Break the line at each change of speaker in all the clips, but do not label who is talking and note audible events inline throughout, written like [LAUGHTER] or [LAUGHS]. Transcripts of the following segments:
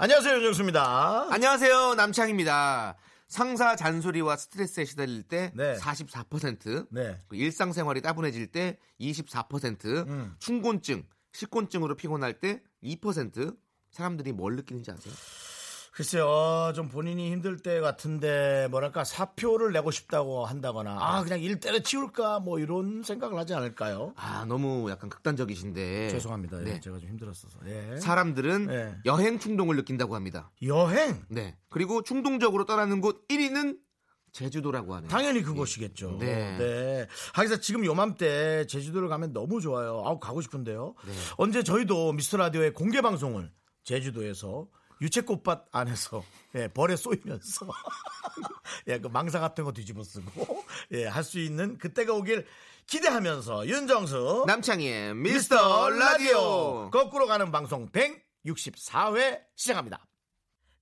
안녕하세요
아,
윤정수입니다
안녕하세요. 남창입니다. 상사 잔소리와 스트레스에 시달릴 때
네.
44%,
네.
그 일상생활이 따분해질 때 24%,
음.
충곤증, 식곤증으로 피곤할 때 2%, 사람들이 뭘 느끼는지 아세요?
글쎄요 좀 본인이 힘들 때 같은데 뭐랄까 사표를 내고 싶다고 한다거나 아 그냥 일 때려치울까 뭐 이런 생각을 하지 않을까요
아, 너무 약간 극단적이신데.
죄송합니다 예,
네.
제가 좀 힘들었어서 예.
사람들은
네.
여행 충동을 느낀다고 합니다.
여행
네. 그리고 충동적으로 떠나는 곳 1위는 제주도라고 하네요.
당연히 그것이겠죠. 네.
예. 네.
하기사 지금 요맘때 제주도를 가면 너무 좋아요. 아우 가고 싶은데요.
네.
언제 저희도 미스터 라디오의 공개 방송을 제주도에서 유채꽃밭 안에서 예, 벌에 쏘이면서 [LAUGHS] 예, 그 망사 같은 거 뒤집어 쓰고 예, 할 수 있는 그때가 오길 기대하면서 윤정수
남창희의 미스터 라디오.
거꾸로 가는 방송 164회 시작합니다.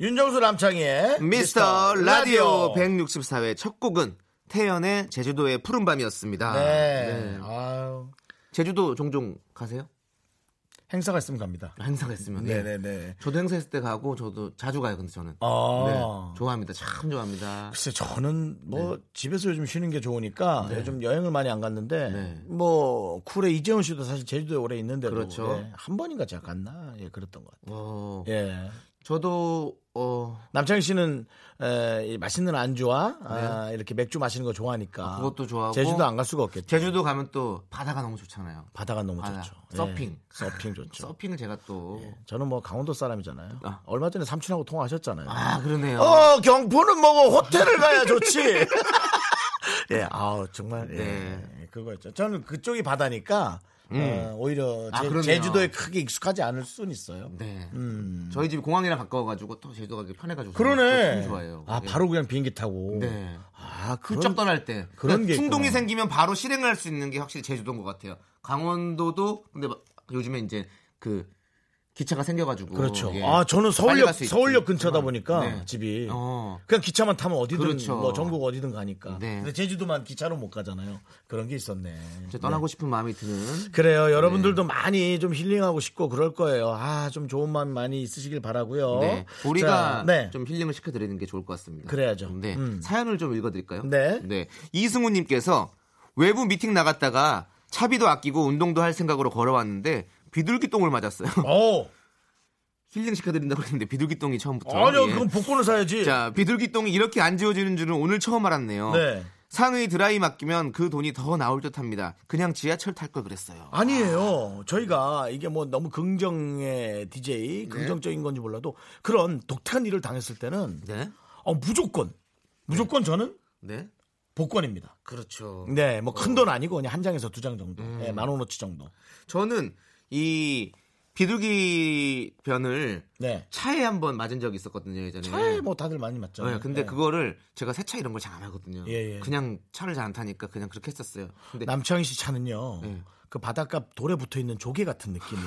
윤정수 남창희의
미스터 라디오 164회 첫 곡은 태연의 제주도의 푸른 밤이었습니다.
네.
네.
아유.
제주도 종종 가세요?
행사가 있으면 갑니다.
행사했으면.
네네네.
저도 행사했을 때 가고 저도 자주 가요. 근데 저는
아.
네, 좋아합니다. 참 좋아합니다.
글쎄 저는 뭐 집에서 요즘 쉬는 게 좋으니까 요즘 여행을 많이 안 갔는데
네.
뭐 쿨의 이재훈 씨도 사실 제주도에 오래 있는데도
그렇죠.
예, 한 번인가 제가 갔나 예 그랬던 것 같아요.
어,
예
저도 어,
남창희 씨는 에, 이 맛있는 안주와 아, 이렇게 맥주 마시는 거 좋아하니까
네. 아, 그것도 좋아하고.
제주도 안 갈 수가 없겠죠.
제주도 가면 또 바다가 너무 좋잖아요.
바다가 너무
바다.
좋죠. 예,
서핑.
서핑 좋죠.
[LAUGHS] 서핑을 제가 또
저는 뭐 강원도 사람이잖아요.
아.
얼마 전에 삼촌하고 통화하셨잖아요.
아, 그러네요.
어, 경포는 뭐고 호텔을 가야
[LAUGHS]
좋지. 예, 아우 정말 예,
네.
그거였죠. 저는 그쪽이 바다니까 어, 오히려
음. 아,
제,
그러네요.
제주도에 크게 익숙하지 않을 순 있어요.
네. 저희 집 공항이랑 가까워가지고 또 제주도 가기 편해가지고. 저는
음. 그러네.
참 좋아해요.
아
예.
바로 그냥 비행기 타고.
네.
아
훌쩍
그런
떠날 때
그런
그러니까
게
충동이
있구나.
생기면 바로 실행할 수 있는 게 확실히 제주도인 것 같아요. 강원도도 근데 막 요즘에 이제 그 기차가 생겨가지고
그렇죠.
예.
아 저는
빨리
서울역
갈수 있지.
서울역 근처다 보니까
네.
집이
어.
그냥 기차만 타면 어디든
그렇죠.
뭐 전국 어디든 가니까.
네.
근데 제주도만 기차로 못 가잖아요. 그런 게 있었네.
이제 떠나고 싶은 마음이 드는
그래요. 여러분들도 많이 좀 힐링하고 싶고 그럴 거예요. 아, 좀 좋은 마음 많이 있으시길 바라고요.
네. 우리가
어? 자, 네.
좀 힐링을 시켜드리는 게 좋을 것 같습니다.
그래야죠.
네.
음.
사연을 좀 읽어드릴까요?
네.
이승우님께서 외부 미팅 나갔다가 차비도 아끼고 운동도 할 생각으로 걸어왔는데 비둘기 똥을 맞았어요. [LAUGHS]
어.
힐링 시켜드린다고 했는데 비둘기 똥이 처음부터.
아니요.
예.
그건 복권을 사야지.
자, 비둘기똥이 이렇게 안 지워지는 줄은 오늘 처음 알았네요.
네.
상의 드라이 맡기면 그 돈이 더 나올 듯 합니다. 그냥 지하철 탈 걸 그랬어요.
아니에요. 저희가 이게 뭐 너무 긍정의
네.
DJ, 긍정적인 건지 몰라도 그런 독특한 일을 당했을 때는
네?
어, 무조건 무조건 저는
네?
복권입니다.
그렇죠.
네, 뭐 큰 돈 아니고 그냥 한 장에서 두 장 정도, 네,
음.
만 원어치 정도.
저는 이 비둘기 변을
네,
차에 한번 맞은 적이 있었거든요, 예전에.
차에 뭐 다들 많이 맞죠.
네, 근데 그거를 제가 세차 이런 걸 잘 안 하거든요.
예, 예.
그냥 차를 잘 안 타니까 그냥 그렇게 했었어요. 근데
남창희 씨 차는요.
네.
그 바닷가 돌에 붙어 있는 조개 같은 느낌이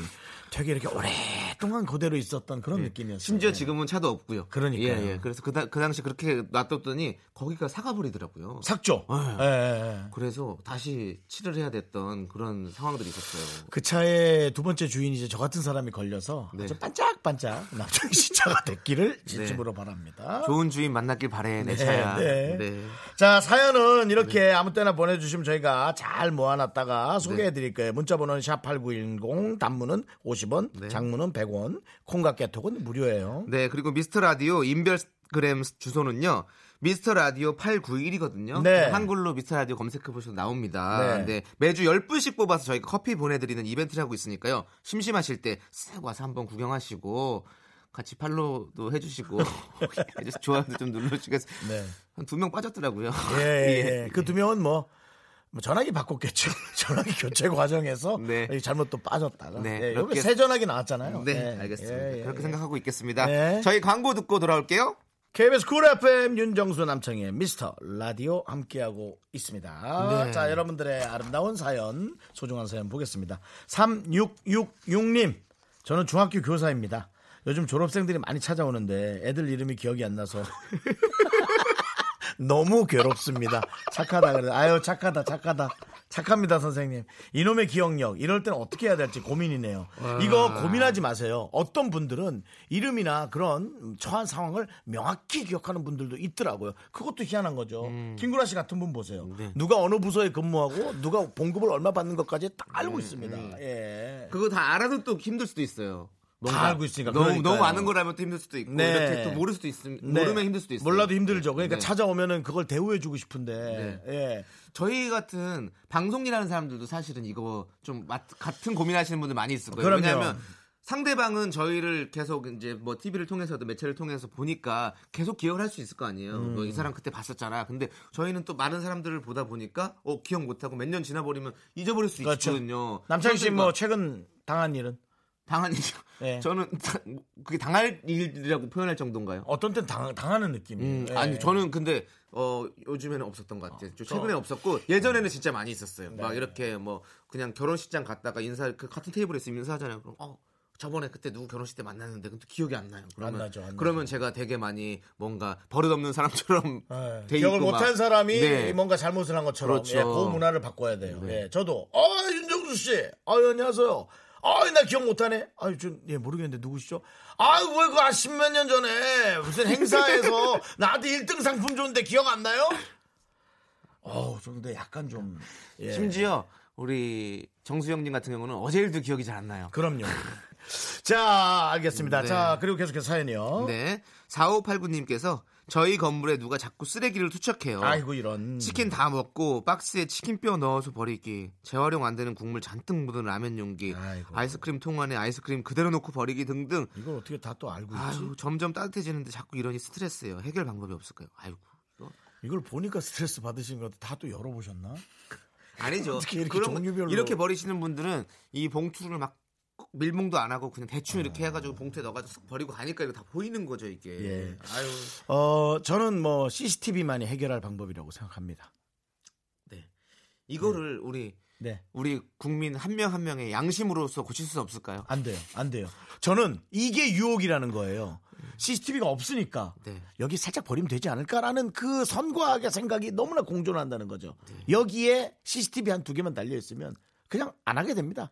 되게 이렇게 오랫동안 그대로 있었던 그런 느낌이었어요.
네. 심지어 지금은 차도 없고요.
네. 그러니까요.
예, 예. 그래서 그, 다- 그 당시 그렇게 놔뒀더니 거기가 사가버리더라고요.
삭조.
네.
예, 예, 예.
그래서 다시 칠을 해야 됐던 그런 상황들이 있었어요.
그 차의 두 번째 주인이 이제 저 같은 사람이 걸려서
네.
아주 반짝반짝 남창희 씨 차가 됐기를 진심으로 바랍니다.
좋은 주인 만났길 바래 내 차야.
네.
네.
자 사연은 이렇게 아무 때나 보내주시면 저희가 잘 모아놨다가
네.
소개해드릴 거예요 문자번호는 샵8910 단문은 50원
네.
장문은 100원 콩과 깨톡은 무료예요
네, 그리고 미스터 라디오 인별그램 주소는요. 미스터 라디오 891이거든요.
네.
한글로 미스터 라디오 검색해 보셔도 나옵니다.
네.
네. 매주 10분씩 뽑아서 저희가 커피 보내 드리는 이벤트를 하고 있으니까요. 심심하실 때 쓱 와서 한번 구경하시고 같이
[LAUGHS]
팔로우도 해주시고 좋아요도 좀 눌러주겠어요.
네.
[LAUGHS] 한 두 명 빠졌더라고요.
예, 예. 그 두 명은 뭐 뭐 전화기 바꿨겠죠. [LAUGHS] 전화기 교체 과정에서
네.
이게 잘못 또 빠졌다가
네,
네, 요번에
그렇게-
새 전화기 나왔잖아요.
네,
예,
알겠습니다.
예, 예,
그렇게
예.
생각하고 있겠습니다.
네.
저희 광고 듣고 돌아올게요.
KBS 쿨 FM 윤정수 남창의 미스터 라디오 함께하고 있습니다.
네.
자, 여러분들의 아름다운 사연, 소중한 사연 보겠습니다. 3666님, 저는 중학교 교사입니다. 요즘 졸업생들이 많이 찾아오는데 애들 이름이 기억이 안 나서 너무 괴롭습니다. 착하다 그래. 아유 착하다 착하다. 착합니다 선생님. 이놈의 기억력 이럴 때는 어떻게 해야 될지 고민이네요.
아.
이거 고민하지 마세요. 어떤 분들은 이름이나 그런 처한 상황을 명확히 기억하는 분들도 있더라고요. 그것도 희한한 거죠.
음.
김구라 씨 같은 분 보세요.
네.
누가 어느 부서에 근무하고 누가 봉급을 얼마 받는 것까지 다 알고
음,
있습니다. 예.
그거 다 알아도 또 힘들 수도 있어요. 너무
다
많-
알고 있으니까
너무
그러니까요.
너무 아는 거라면 또 힘들 수도 있고
네.
이렇게 또 모를 수도 있 모르면 네. 힘들 수도 있어요.
몰라도 힘들죠. 그러니까
네.
찾아오면은 그걸 대우해주고 싶은데. 예.
저희 같은 방송이라는 사람들도 사실은 이거 좀 맞- 같은 고민하시는 분들 많이 있을 거예요.
그럼요.
왜냐하면 상대방은 저희를 계속 이제 뭐 TV를 통해서도 매체를 통해서 보니까 계속 기억을 할 수 있을 거 아니에요.
음.
뭐이 사람 그때 봤었잖아. 근데 저희는 또 많은 사람들을 보다 보니까 어 기억 못하고 몇 년 지나버리면 잊어버릴 수
그렇죠.
있거든요.
남창희 씨 뭐 최근 당한 일은?
당한 일이죠.
예.
저는 [LAUGHS] 그게 당할 일이라고 표현할 정도인가요?
어떤 땐 당, 당하는 느낌이에요.
음,
예.
아니 저는 근데 어 요즘에는 없었던 것
어.
같아요. 저 최근에 없었고 예전에는 진짜 많이 있었어요.
네.
막 이렇게 뭐 그냥 결혼식장 갔다가 인사 그 같은 테이블에 있으면 인사하잖아요. 그럼 어 저번에 그때 누구 결혼식 때 만났는데 근데 기억이 안 나요. 그러면
안 나죠, 안 나죠.
그러면 제가 되게 많이 뭔가 버릇
[LAUGHS]
없는 사람처럼 [LAUGHS]
예.
돼
기억을
있고 막.
못한 사람이 뭐,
네.
뭔가 잘못을 한 것처럼
그렇죠.
예, 그 문화를 바꿔야 돼요. 예, 저도 아 윤정수 씨, 아 안녕하세요. 아나 기억 못하네. 아유 좀예 모르겠는데 누구시죠? 아왜그 아, 십몇 년 전에 무슨 [LAUGHS] 행사에서 나한테 1등 상품 줬는데 기억 안 나요? 어우 저 근데 약간 좀 예.
심지어 우리 정수영님 같은 경우는 어제 일도 기억이 잘 안 나요.
그럼요. [LAUGHS] 음, 자 알겠습니다.
네.
자 그리고 계속해서 사연이요.
네, 4589님께서 저희 건물에 누가 자꾸 쓰레기를 투척해요.
아이고 이런
치킨 다 먹고 박스에 치킨뼈 넣어서 버리기 재활용 안 되는 국물 잔뜩 묻은 라면 용기
아이고.
아이스크림통 안에 아이스크림 그대로 놓고 버리기 등등
이걸 어떻게 다 또 알고 있지?
아유 점점 따뜻해지는데 자꾸 이러니 스트레스예요 해결 방법이 없을까요 아이고 이거
이걸 보니까 스트레스 받으신 것 같아. 다또 열어보셨나? [LAUGHS]
아니죠
어떻게 이렇게
그런-
종류별로.
이렇게 버리시는 분들은 이 봉투를 막 밀봉도 안 하고 그냥 대충 이렇게 해가지고 봉투에 넣어가지고 쓱 버리고 가니까 이거 다 보이는 거죠 이게
아. 예.
아유
어, 저는 뭐 CCTV만이 해결할 방법이라고 생각합니다.
네 이거를 우리
네.
우리 국민 한 명 한 명의 양심으로서 고칠 수 없을까요 아,
안 돼요. 안 돼요. 저는 이게 유혹이라는 거예요. CCTV가 없으니까
네.
여기 살짝 버리면 되지 않을까라는 그 선과하게 생각이 너무나 공존한다는 거죠. 여기에 CCTV 한 두 개만 달려 있으면 그냥 안 하게 됩니다.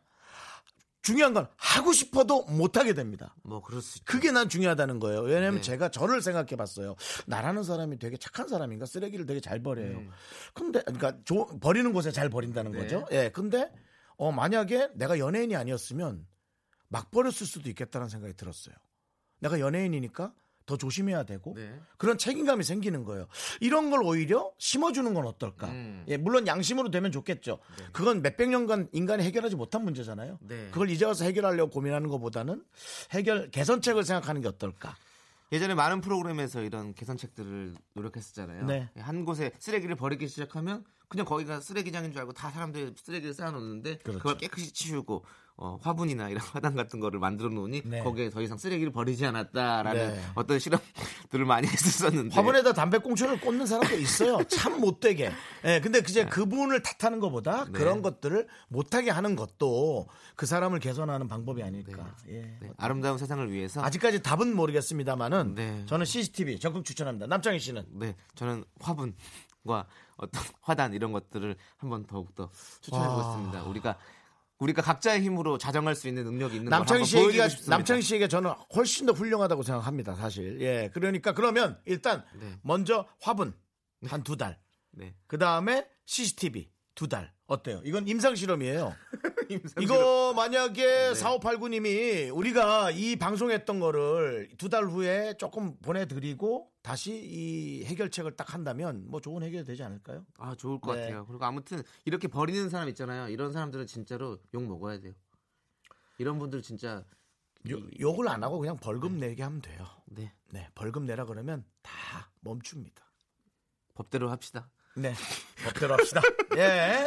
중요한 건 하고 싶어도 못 하게 됩니다.
뭐 그럴 수 있죠
그게 난 중요하다는 거예요. 왜냐하면
네.
제가 저를 생각해 봤어요. 나라는 사람이 되게 착한 사람인가? 쓰레기를 되게 잘 버려요. 근데, 그러니까 조- 버리는 곳에 잘 버린다는
음. 네.
거죠. 예. 근데, 어, 만약에 내가 연예인이 아니었으면 막 버렸을 수도 있겠다는 생각이 들었어요. 내가 연예인이니까 더 조심해야 되고
네.
그런 책임감이 생기는 거예요. 이런 걸 오히려 심어주는 건 어떨까?
음.
예, 물론 양심으로 되면 좋겠죠. 그건 몇백 년간 인간이 해결하지 못한 문제잖아요.
네.
그걸 이제 와서 해결하려고 고민하는 것보다는 해결 개선책을 생각하는 게 어떨까?
예전에 많은 프로그램에서 이런 계산책들을 노력했었잖아요.
네.
한 곳에 쓰레기를 버리기 시작하면 그냥 거기가 쓰레기장인 줄 알고 다 사람들이 쓰레기를 쌓아놓는데 그
그렇죠.
걸 깨끗이 치우고 어, 화분이나 이런 [LAUGHS] 화단 같은 거를 만들어 놓으니
네.
거기에 더 이상 쓰레기를 버리지 않았다라는
네.
어떤 실험들을 많이 [LAUGHS] 했었었는데
화분에다 담배꽁초를 꽂는 사람도 있어요. [LAUGHS] 참 못되게. 예, 근데 그제
네.
그분을 탓하는 것보다 그런 것들을 못하게 하는 것도 그 사람을 개선하는 방법이 아닐까. 예.
네, 아름다운 세상을 위해서
아직까지 답은 모르겠습니다만은
네.
저는 CCTV 적극 추천합니다. 남창희 씨는
네, 저는 화분과 어떤 [LAUGHS] 화단 이런 것들을 한번 더욱더 추천해 보겠습니다. 우리가 우리가 각자의 힘으로 자정할 수 있는 능력이 있는 걸
남창희
한번
씨에게
보여주고 싶습니다.
남창희 씨에게 저는 훨씬 더 훌륭하다고 생각합니다. 사실. 예. 그러니까 그러면 일단
네.
먼저 화분 한 두 달.
네.
그 다음에 CCTV 두 달. 어때요? 이건 임상
[LAUGHS]
실험이에요.
[LAUGHS] 임상실험. 네.
이거 만약에 4589님이 우리가 이 방송했던 거를 두 달 후에 조금 보내드리고 다시 이 해결책을 딱 한다면 뭐 좋은 해결이 되지 않을까요?
아 좋을 것
네.
같아요. 그리고 아무튼 이렇게 버리는 사람 있잖아요. 이런 사람들은 진짜로 욕 먹어야 돼요. 이런 분들 진짜
요- 욕을 안 하고 그냥 벌금 내게 하면 돼요.
네
네. 벌금 내라 그러면 다 멈춥니다.
법대로 합시다.
네. 법대로 합시다. [LAUGHS] 예.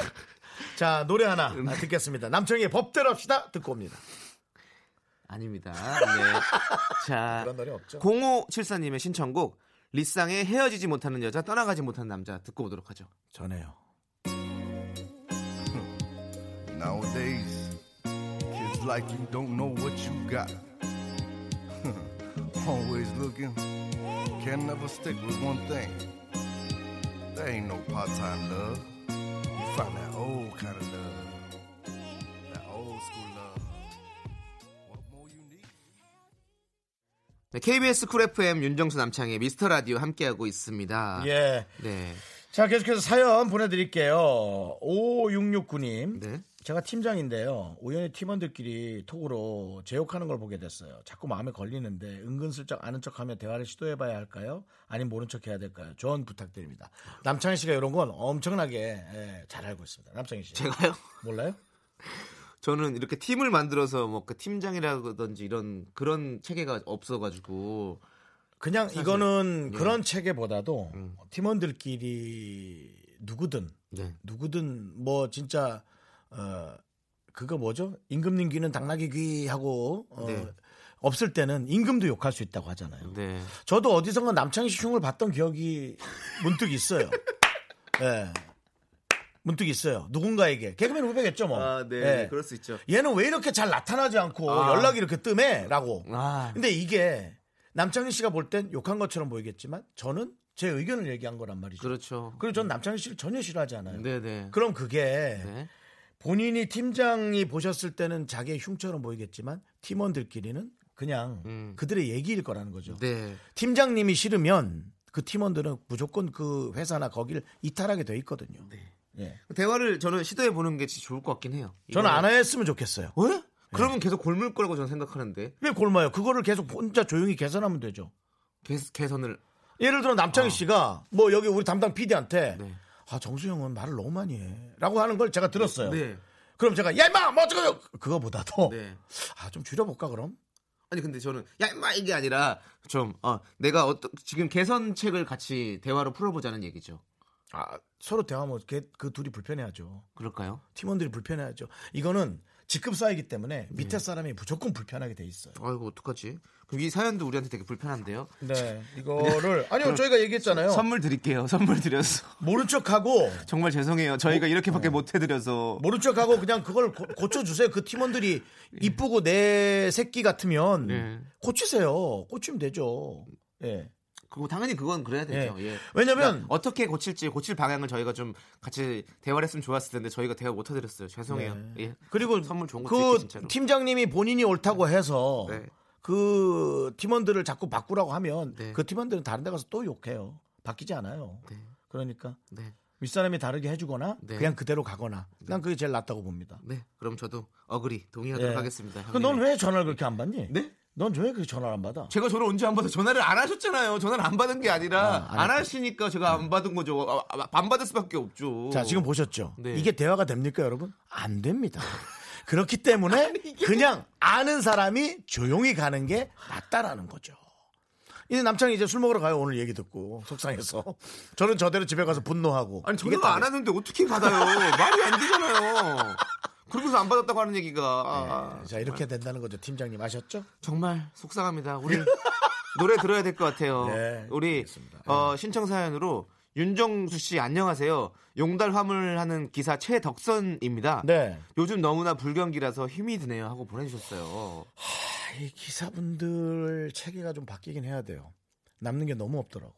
자, 노래 하나 아, 듣겠습니다. 남청의 법대로 합시다. 듣고 옵니다.
아닙니다. 네. [LAUGHS] 자,
그런 노래 없죠.
0574님의 신청곡 리쌍의 헤어지지 못하는 여자 떠나가지 못한 남자 듣고 오도록 하죠.
전해요.
Nowadays, it's like you don't know what you got. [LAUGHS] Always looking, can never stick with one thing. There ain't no part time love. You find that old kind of love, that old school love. What more you need?
네, KBS 쿨 FM 윤정수 남창의 미스터 라디오 함께하고 있습니다.
예.
네.
자, 계속해서 사연 보내드릴게요. 5669님.
네.
제가 팀장인데요. 우연히 팀원들끼리 톡으로 제욕하는 걸 보게 됐어요. 자꾸 마음에 걸리는데 은근슬쩍 아는 척하며 대화를 시도해봐야 할까요? 아니면 모른 척해야 될까요? 조언 부탁드립니다. 남창희 씨가 이런 건 엄청나게 예, 잘 알고 있습니다. 남창희 씨
제가요? [LAUGHS]
몰라요?
저는 이렇게 팀을 만들어서 뭐 그 팀장이라든지 이런 그런 체계가 없어가지고
그냥
예.
이거는 그런 체계보다도
음.
팀원들끼리 누구든
네.
누구든 뭐 진짜 어 그거 뭐죠? 임금님 귀는 당나귀 귀하고 어,
네.
없을 때는 임금도 욕할 수 있다고 하잖아요.
네.
저도 어디선가 남창희 씨 흉을 봤던 기억이 문득 있어요.
[LAUGHS]
예. 문득 있어요. 누군가에게 개그맨 후배겠죠 뭐.
아, 네.
예.
그럴 수 있죠.
얘는 왜 이렇게 잘 나타나지 않고
아.
연락이 이렇게 뜸해라고.
아.
근데 이게 남창희 씨가 볼 땐 욕한 것처럼 보이겠지만 저는 제 의견을 얘기한 거란 말이죠.
그렇죠.
그리고 전 남창희 씨를 전혀 싫어하지 않아요.
네네.
그럼 그게
네.
본인이 팀장이 보셨을 때는 자기의 흉처럼 보이겠지만 팀원들끼리는 그냥
음.
그들의 얘기일 거라는 거죠.
네.
팀장님이 싫으면 그 팀원들은 무조건 그 회사나 거기를 이탈하게 돼 있거든요.
네.
예.
대화를 저는 시도해 보는 게 진짜 좋을 것 같긴 해요.
저는
이거는-
안 했으면 좋겠어요.
왜? 그러면 계속 골물 거라고 저는 생각하는데
왜 골마요? 그거를 계속 혼자 조용히 개선하면 되죠.
개, 개선을
예를 들어 남창희 씨가 뭐 여기 우리 담당 PD한테
네.
아 정수 형은 말을 너무 많이 해라고 하는 걸 제가 들었어요.
네.
그럼 제가 야 임마 뭐 어쩌고 그거보다도
네.
아 좀 줄여볼까 그럼
아니 근데 저는 야 인마 이게 아니라 좀 어, 내가 어떤 지금 개선책을 같이 대화로 풀어보자는 얘기죠.
아 서로 대화하면 걔- 그 둘이 불편해하죠.
그럴까요?
팀원들이 불편해하죠. 이거는 직급 사이기 때문에
네.
밑에 사람이 무조건 불편하게 돼 있어요.
아이고 어떡하지? 그럼 이 사연도 우리한테 되게 불편한데요.
네,
[LAUGHS]
이거를 아니요 저희가 얘기했잖아요.
선물 드릴게요. 선물 드려서
모른 척하고
정말 죄송해요.
어?
저희가
네.
이렇게밖에 못 해드려서
모른 척하고 그냥 그걸 고, 고쳐주세요. 그 팀원들이
예.
이쁘고 내 새끼 같으면
네.
고치세요. 고치면 되죠. 예.
그리고 당연히 그건 그래야 되죠.
예.
예.
왜냐면
그러니까 어떻게 고칠지 고칠 방향을 저희가 좀 같이 대화를 했으면 좋았을 텐데 저희가 대화 못 해드렸어요. 죄송해요. 예.
네. 그리고
선물 좋은 거 드릴게요,
그
진짜로.
팀장님이 본인이 옳다고 해서
네.
그 팀원들을 자꾸 바꾸라고 하면
네.
그 팀원들은 다른 데 가서 또 욕해요. 바뀌지 않아요.
네.
그러니까
네.
윗사람이 다르게 해주거나
네.
그냥 그대로 가거나 난 그게 제일 낫다고 봅니다.
네. 그럼 저도 어그리 동의하도록 하겠습니다. 형님.
넌왜 전화를 네. 그렇게 안 받니?
네?
넌왜 그 전화를 안 받아?
제가 전화 언제 안 받아 전화를 안 하셨잖아요. 전화를 안 받은 게 아니라
아, 안
안
했구나.
하시니까 제가 안 받은 거죠. 아, 아, 안 받을 수밖에 없죠.
자 지금 보셨죠?
네.
이게 대화가 됩니까 여러분? 안
[LAUGHS]
됩니다. 그렇기 때문에 그냥 아는 사람이 조용히 가는 게 낫다라는 거죠. 이제 남창이 이제 술 먹으러 가요 오늘 얘기 듣고 속상해서 저는 저대로 집에 가서 분노하고
아니
이게
전화 안
다-
하는데 어떻게 받아요? 말이 안 되잖아요. 그러고서 안 받았다고 하는 얘기가 아,
자 이렇게 된다는 거죠 팀장님 아셨죠?
정말 속상합니다. 우리 [LAUGHS] 노래 들어야 될 것 같아요.
네,
우리 어, 신청 사연으로 윤정수 씨 안녕하세요. 용달 화물하는 기사 최덕선입니다.
네.
요즘 너무나 불경기라서 힘이 드네요 하고 보내주셨어요.
아, 이 기사분들 체계가 좀 바뀌긴 해야 돼요. 남는 게 너무 없더라고.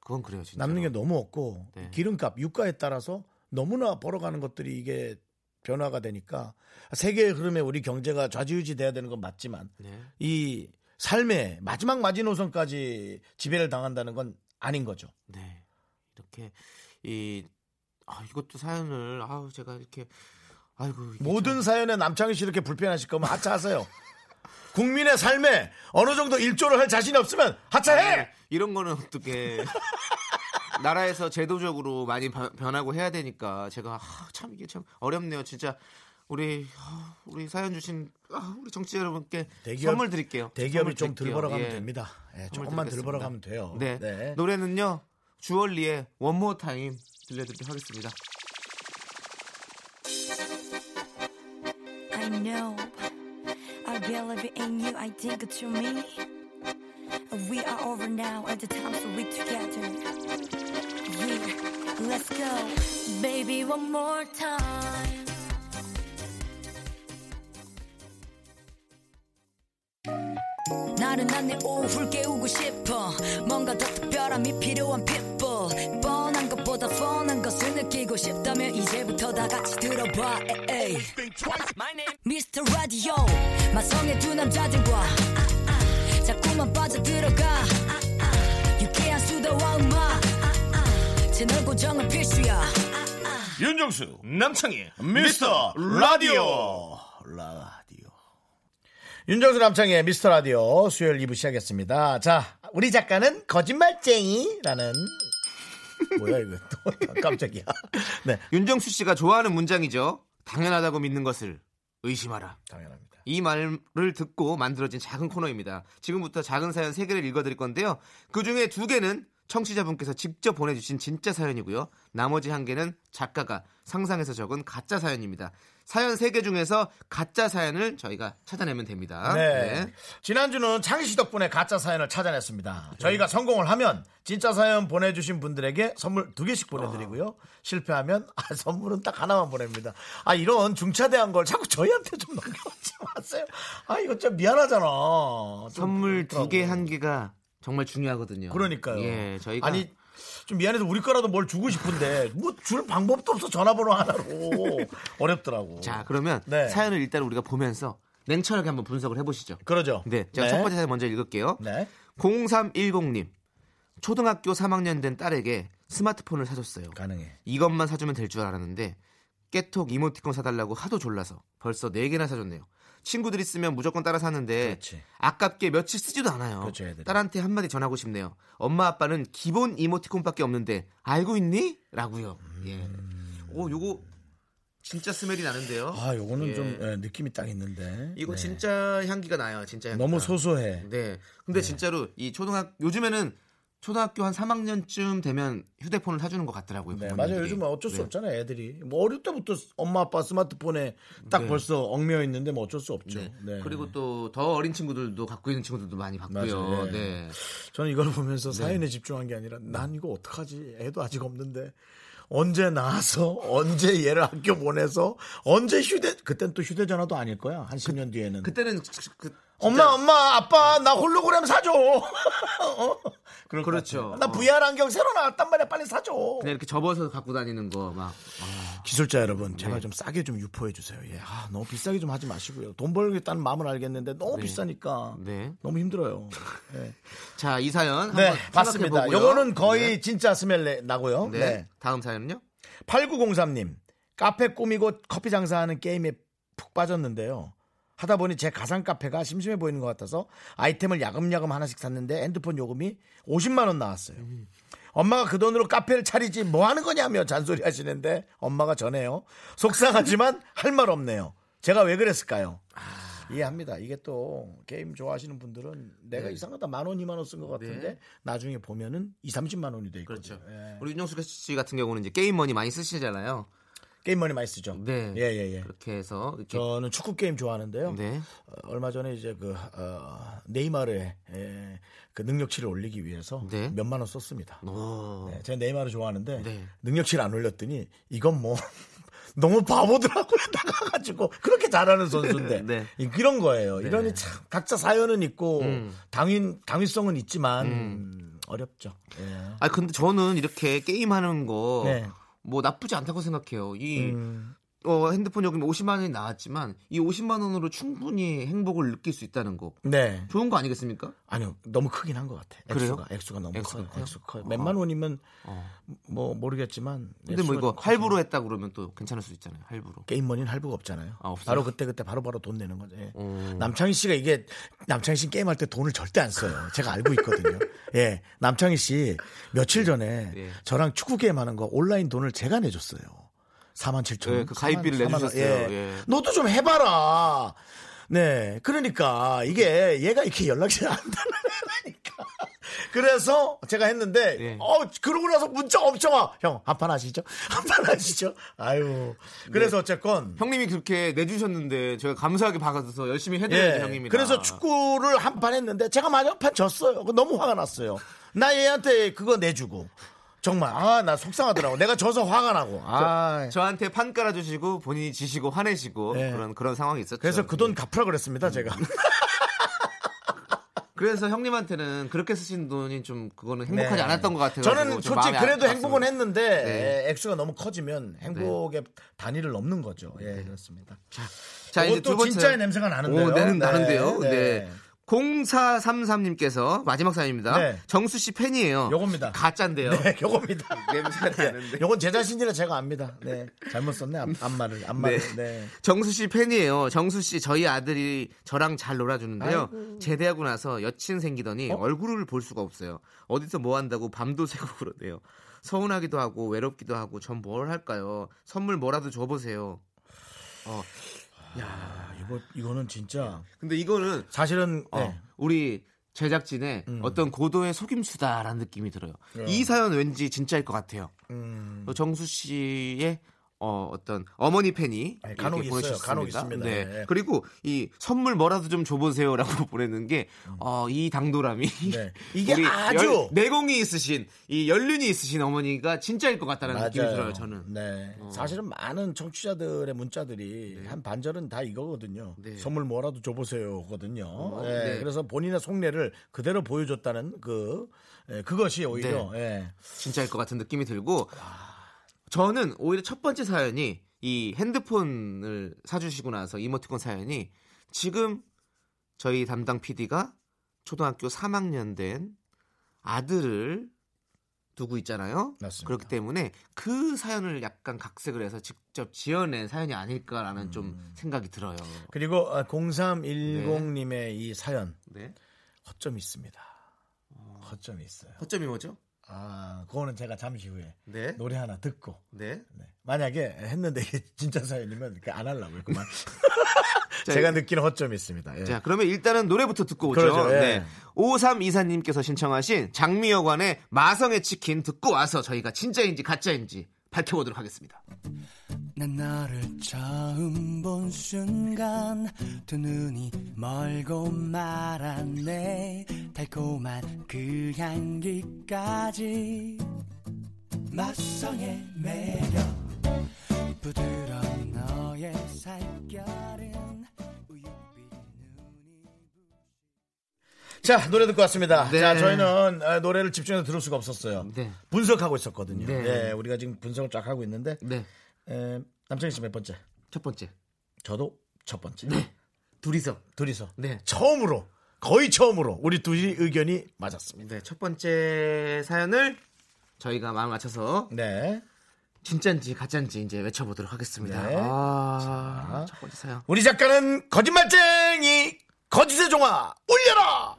그건 그래요 진짜.
남는 게 너무 없고
네.
기름값, 유가에 따라서 너무나 벌어가는 것들이 이게 변화가 되니까 세계의 흐름에 우리 경제가 좌지우지 돼야 되는 건 맞지만
네.
이 삶의 마지막 마지노선까지 지배를 당한다는 건 아닌 거죠.
네. 이렇게 이 아, 이것도 사연을 아우 제가 이렇게 아이고 이게
모든
참-
사연에 남창희 씨 이렇게 불편하실 거면 하차하세요. [LAUGHS] 국민의 삶에 어느 정도 일조를 할 자신이 없으면 하차해!
네. 이런 거는 어떻게 [LAUGHS] 나라에서 제도적으로 많이 바- 변하고 해야 되니까 제가 아, 참 이게 참 어렵네요. 진짜 우리 아, 우리 사연 주신 아, 우리 정치 자 여러분께
대기업-
선물 드릴게요.
대기업이
선물
좀
드릴게요.
들벌어 가면
예.
됩니다. 예,
선물
조금만 네.
드리겠습니다.
들벌어 가면 돼요.
네. 노래는요. 주얼리의 원모어 타임 들려드리도록 하겠습니다.
I know I believe in you, I think to me We are over now and the time so we together Yeah, let's go Baby one more time 나른한 내 오후를 깨우고 싶어 뭔가 더 특별함이 필요한 people 뻔한 것보다 뻔한 것을 느끼고 싶다면 이제부터 다 같이 들어봐 에이. Mr. Radio 마성의 두 남자들과 자꾸만 빠져들어가 유쾌한 수다와 음악 채널 고정은 필수야
윤정수 남창희 미스터 라디오 라디오 윤정수 남창희의 미스터 라디오 수요일 2부 시작했습니다 자 우리 작가는 거짓말쟁이라는 뭐야 이거 또 [LAUGHS] 깜짝이야 네
윤정수 씨가 좋아하는 문장이죠. 당연하다고 믿는 것을 의심하라.
당연합니다
이 말을 듣고 만들어진 작은 코너입니다. 지금부터 작은 사연 3개를 읽어드릴 건데요. 그 중에 2개는 청취자분께서 직접 보내주신 진짜 사연이고요. 나머지 1개는 작가가 상상해서 적은 가짜 사연입니다. 사연 3개 중에서 가짜 사연을 저희가 찾아내면 됩니다.
네. 지난주는 창희 씨 덕분에 가짜 사연을 찾아냈습니다. 저희가 성공을 하면 진짜 사연 보내주신 분들에게 선물 두 개씩 보내드리고요. 실패하면 아, 선물은 딱 하나만 보냅니다. 아 이런 중차대한 걸 자꾸 저희한테 좀 넘겨오지 마세요. 아 이거 진짜 미안하잖아. 좀
선물 두 개
그렇더라고요.
한 개가 정말 중요하거든요.
그러니까요.
예, 저희가
아니 좀 미안해서 우리 거라도 뭘 주고 싶은데 뭐 줄 방법도 없어 전화번호 하나로 어렵더라고.
자 그러면
네.
사연을 일단 우리가 보면서 냉철하게 한번 분석을 해보시죠.
그러죠.
네, 제가 첫 번째 사연 먼저 읽을게요.
네.
0310님 초등학교 3학년 된 딸에게 스마트폰을 사줬어요.
가능해.
이것만 사주면 될 줄 알았는데 깨톡 이모티콘 사달라고 하도 졸라서 벌써 4개나 사줬네요. 친구들이 쓰면 무조건 따라 사는데
그렇지.
아깝게 며칠 쓰지도 않아요.
그렇죠, 애들이.
딸한테 한마디 전하고 싶네요. 엄마 아빠는 기본 이모티콘밖에 없는데 알고 있니? 라고요.
음.
예. 오 요거 진짜 스멜이 나는데요.
아 요거는
예.
좀 예, 느낌이 딱 있는데.
이거
네.
진짜 향기가 나요. 진짜 향기가.
너무 소소해.
네. 근데 진짜로 이 초등학 요즘에는 초등학교 한 3학년쯤 되면 휴대폰을 사주는 것 같더라고요.
네,
부모님들이.
맞아요. 요즘 어쩔 수
네.
없잖아요, 애들이. 뭐 어릴 때부터 엄마 아빠 스마트폰에 딱
네.
벌써 얽매여 있는데 뭐 어쩔 수 없죠.
네.
네.
그리고 또 더 어린 친구들도 갖고 있는 친구들도 많이
맞아요.
봤고요.
예.
네.
저는 이걸 보면서 사연에 집중한 게 아니라 난 이거 어떡하지? 애도 아직 없는데 언제 나와서 언제 얘를 학교 보내서 언제 휴대 그땐 또 휴대전화도 아닐 거야. 한 10년 뒤에는.
그때는 그- 그-
엄마 엄마 아빠 나 홀로그램 사줘. [LAUGHS] 어? 그럴 것
그렇죠.
같아요.
네,
나 VR 안경 새로 나왔단 말이야. 빨리 사줘.
그냥 이렇게 접어서 갖고 다니는 거 막.
기술자 여러분, 제발
네.
좀 싸게 좀 유포해 주세요. 예, 아, 너무 비싸게 좀 하지 마시고요. 돈 벌겠다는 마음은 알겠는데 너무 비싸니까
네.
너무 힘들어요. 네,
자, 이 사연
네,
한번
봤습니다.
생각해보고요.
요거는 거의
네.
진짜 스멜레 나고요.
네.
네.
다음 사연은요?
8903님, 카페 꾸미고 커피 장사하는 게임에 푹 빠졌는데요. 하다 보니 제 가상 카페가 심심해 보이는 것 같아서 아이템을 야금야금 하나씩 샀는데 핸드폰 요금이 50만 원 나왔어요. 엄마가 그 돈으로 카페를 차리지 뭐 하는 거냐며 잔소리 하시는데 엄마가 전해요. 속상하지만
[LAUGHS]
할 말 없네요. 제가 왜 그랬을까요? 이해합니다. 이게 또 게임 좋아하시는 분들은 내가 이상하다 만 원, 이만 원 쓴 것 같은데
네.
나중에 보면은 2, 30만 원이 돼 있거든요.
그렇죠.
예.
우리 윤정수 씨 같은 경우는 이제 게임머니 많이 쓰시잖아요.
게임 머니 많이 쓰죠.
네.
예, 예, 예.
그렇게 해서 이렇게
저는 축구 게임 좋아하는데요.
네.
어, 얼마 전에 이제 그 어, 네이마르의 예, 그 능력치를 올리기 위해서
네.
몇만 원 썼습니다.
오.
네, 제가 네이마르 좋아하는데
네.
능력치를 안 올렸더니 이건 뭐 [LAUGHS] 너무 바보더라고요. [LAUGHS] 나가가지고 그렇게 잘하는 선수인데
[LAUGHS] 네. 음.
이- 그런 거예요. 이러니 참 각자 사연은 있고 당윈 당위성은 있지만 음, 어렵죠. 예.
아 근데 저는 이렇게 게임하는 거 뭐
네. 음.
나쁘지 않다고 생각해요. 이 어, 핸드폰 요금 50만 원이 나왔지만 이 50만 원으로 충분히 행복을 느낄 수 있다는 거
네.
좋은 거 아니겠습니까?
아니요 너무 크긴 한 것 같아.
그래요?
액수가 액수가 너무
액수가
커요.
커요?
액수 커요. 몇만 원이면
어.
뭐 모르겠지만.
근데 뭐
액수가
이거
커서
할부로 했다 그러면 또 괜찮을 수 있잖아요. 할부로.
게임 머니는 할부가 없잖아요.
아, 없어요?
바로 그때 그때 바로 바로 돈 내는 거죠. 예.
음.
남창희 씨가 이게 남창희 씨 게임 할 때 돈을 절대 안 써요. 제가 알고
[LAUGHS]
있거든요. 예, 남창희 씨 며칠 전에
예.
저랑 축구 게임 하는 거 온라인 돈을 제가 내줬어요. 4만 7천 원.
예, 그 가입비를 내주셨어요. 예.
너도 좀 해봐라. 네, 그러니까 이게 얘가 이렇게 연락이 안 달라니까. 그래서 제가 했는데
예.
어 그러고 나서 문자 엄청 와. 형 한판 하시죠? [LAUGHS] 한판 하시죠? 아유. 그래서
네.
어쨌건
형님이 그렇게 내주셨는데 제가 감사하게 받아서 열심히 해드려야죠 네, 형님이
예. 그래서 축구를 한 판 했는데 제가 마지막 판 졌어요. 그거 너무 화가 났어요. 나 얘한테 그거 내주고 정말 아 나 속상하더라고. 내가 져서 화가 나고. 아.
저한테 판 깔아주시고 본인이 지시고 화내시고
예.
그런 그런 상황이 있었죠.
그래서 그
예.
돈 갚으라 그랬습니다, 제가.
그래서 형님한테는 그렇게 쓰신 돈이 좀 그거는 행복하지
네.
않았던 것 같아요.
저는 솔직히 그래도 행복은 했는데
네.
예, 액수가 너무 커지면 행복의 단위를 넘는 거죠. 예,
네.
그렇습니다. [LAUGHS]
자 이제
이것도
두 번째
진짜의 냄새가 나는데요.
오, 나는
네,
나는데요.
네.
네. 0433님께서 마지막 사연입니다.
네.
정수 씨 팬이에요.
요겁니다.
가짜인데요.
네, 요겁니다.
[LAUGHS]
네.
냄새가 나는데.
요건 제 자신이라 제가 압니다. 네. 잘못 썼네. 앞, 앞말을. 앞말을.
네.
네.
정수 씨 팬이에요. 정수 씨 저희 아들이 저랑 잘 놀아주는데요. 제대하고 나서 여친 생기더니
어?
얼굴을 볼 수가 없어요. 어디서 뭐 한다고 밤도 새고 [LAUGHS] 그러대요. 서운하기도 하고 외롭기도 하고 전 뭘 할까요? 선물 뭐라도 줘보세요.
아, 이거 이거는 진짜
근데 이거는
사실은
어,
네. 음.
우리 제작진의 어떤 고도의 속임수다라는 느낌이 들어요. 이 사연 왠지 진짜일 것 같아요.
네. 음,
또 정수 씨의 어, 어떤 어머니 팬이
네,
이렇게
간혹 있어요.
보내셨습니다.
간혹 있습니다.
네.
네.
그리고 이 선물 뭐라도 좀 줘보세요라고 [LAUGHS] 보내는 게 어, 이 당도람이
음.
[LAUGHS]
네. 이게
우리
아주-
열- 내공이 있으신 이 연륜이 있으신 어머니가 진짜일 것 같다는
맞아요.
느낌이 들어요. 저는
네. 사실은 많은 청취자들의 문자들이 한 반절은 다 이거거든요.
네.
선물 뭐라도 줘보세요거든요. 예,
네.
그래서 본인의 속내를 그대로 보여줬다는 그 예, 그것이 오히려
네.
예.
진짜일 것 같은 느낌이 들고
아.
저는 오히려 첫 번째 사연이 이 핸드폰을 사주시고 나서 이모티콘 사연이 지금 저희 담당 PD가 초등학교 3학년 된 아들을 두고 있잖아요.
맞습니다.
그렇기 때문에 그 사연을 약간 각색을 해서 직접 지어낸 사연이 아닐까라는
음.
좀 생각이 들어요.
그리고 0310님의 이 사연
네.
허점이 있습니다. 허점이 있어요.
허점이 뭐죠?
아, 그거는 제가 잠시 후에
네.
노래 하나 듣고
네.
네. 만약에 했는데 이게 [LAUGHS] 진짜 사연이면 그안 하려고요. 그만.
[LAUGHS] 자,
제가 느끼는 허점이 있습니다. 예.
네. 자, 그러면 일단은 노래부터 듣고 오죠.
그러죠, 예.
네. 5324님께서 신청하신 장미여관의 마성의 치킨 듣고 와서 저희가 진짜인지 가짜인지 밝혀보도록 하겠습니다.
난 너를 처음 본 순간 두 눈이 멀고 말았네 달콤한 그 향기까지 맛성의 매력 부드러운 너의 살결은 우유빛 눈이
자, 노래 듣고 왔습니다.
네.
자, 저희는 아, 노래를 집중해서 들을 수가 없었어요.
네.
분석하고 있었거든요.
네.
예, 우리가 지금 분석을 쫙 하고 있는데
네.
에, 남창희 씨 몇 번째?
첫 번째.
저도 첫 번째.
둘이서.
둘이서
네.
처음으로 거의 처음으로 우리 둘이 의견이 맞았습니다.
네. 첫 번째 사연을 저희가 마음 맞춰서
네.
진짜인지 가짜인지 이제 외쳐보도록 하겠습니다.
네.
아, 첫 번째 사연.
우리 작가는 거짓말쟁이 거짓의 종아 올려라.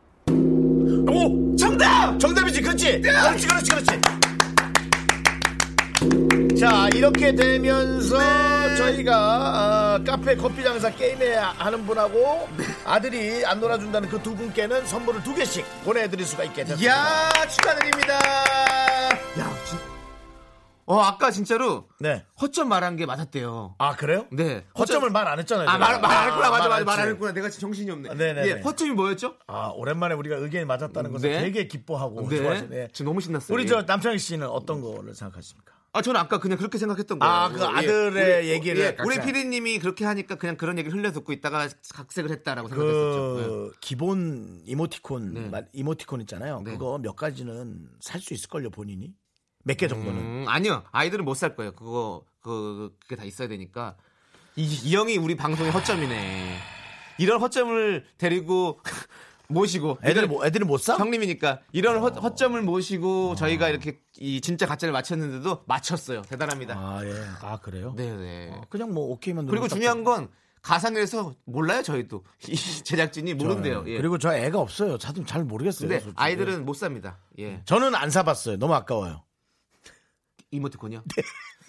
오 정답 정답이지
예!
그렇지 그렇지 그렇지 그렇지. 자 이렇게 되면서
네.
저희가 아, 카페 커피 장사 게임에 하는 분하고 아들이 안 놀아준다는 그 두 분께는 선물을 두 개씩 보내드릴 수가 있게 됐습니다.
이야, 축하드립니다. 야, 진... 어, 아까 진짜로
네.
허점 말한 게 맞았대요.
아 그래요?
네.
허점을 말 안 했잖아요.
아,
제가.
말, 말안 했구나. 맞아,
말
맞아,
안
말안
했지.
했구나. 내가 지금 정신이 없네.
아, 네네네.
예, 허점이 뭐였죠?
아 오랜만에 우리가 의견이 맞았다는 것을
네.
되게 기뻐하고
네.
좋아하시네.
지금 너무 신났어요.
우리
예.
저 남창희 씨는 어떤 거를 생각하십니까?
아, 저는 아까 그냥 그렇게 생각했던 거예요.
아, 그 아들의 얘기를
예, 우리
각자.
피디님이 그렇게 하니까 그냥 그런 얘기를 흘려 듣고 있다가 각색을 했다라고 생각했었죠. 예.
그 기본 이모티콘 말- 이모티콘 있잖아요.
네.
그거 몇 가지는 살 수 있을걸요 본인이 몇 개 정도는.
음, 아니요. 아이들은 못 살 거예요. 그거, 그, 그게 다 있어야 되니까. 이, 이 형이 우리 방송의 허점이네. 이런 허점을 데리고 [LAUGHS] 모시고.
애들이 뭐 어. 애들이 못 사?
형님이니까 이런 허, 허점을 모시고
어.
저희가 이렇게 이 진짜 가짜를 맞췄는데도 맞췄어요. 대단합니다.
아 예. 아 그래요?
네네.
아, 그냥 뭐 오케이만
그리고
누르면 딱
중요한 건 가상에서 몰라요 저희도 [LAUGHS] 이 제작진이 모른대요. 예.
그리고 저 애가 없어요. 자좀 잘 모르겠어요.
근데
솔직히. 음.
아이들은 못 삽니다. 예.
저는 안 사봤어요. 너무 아까워요.
이모티콘이요?
네.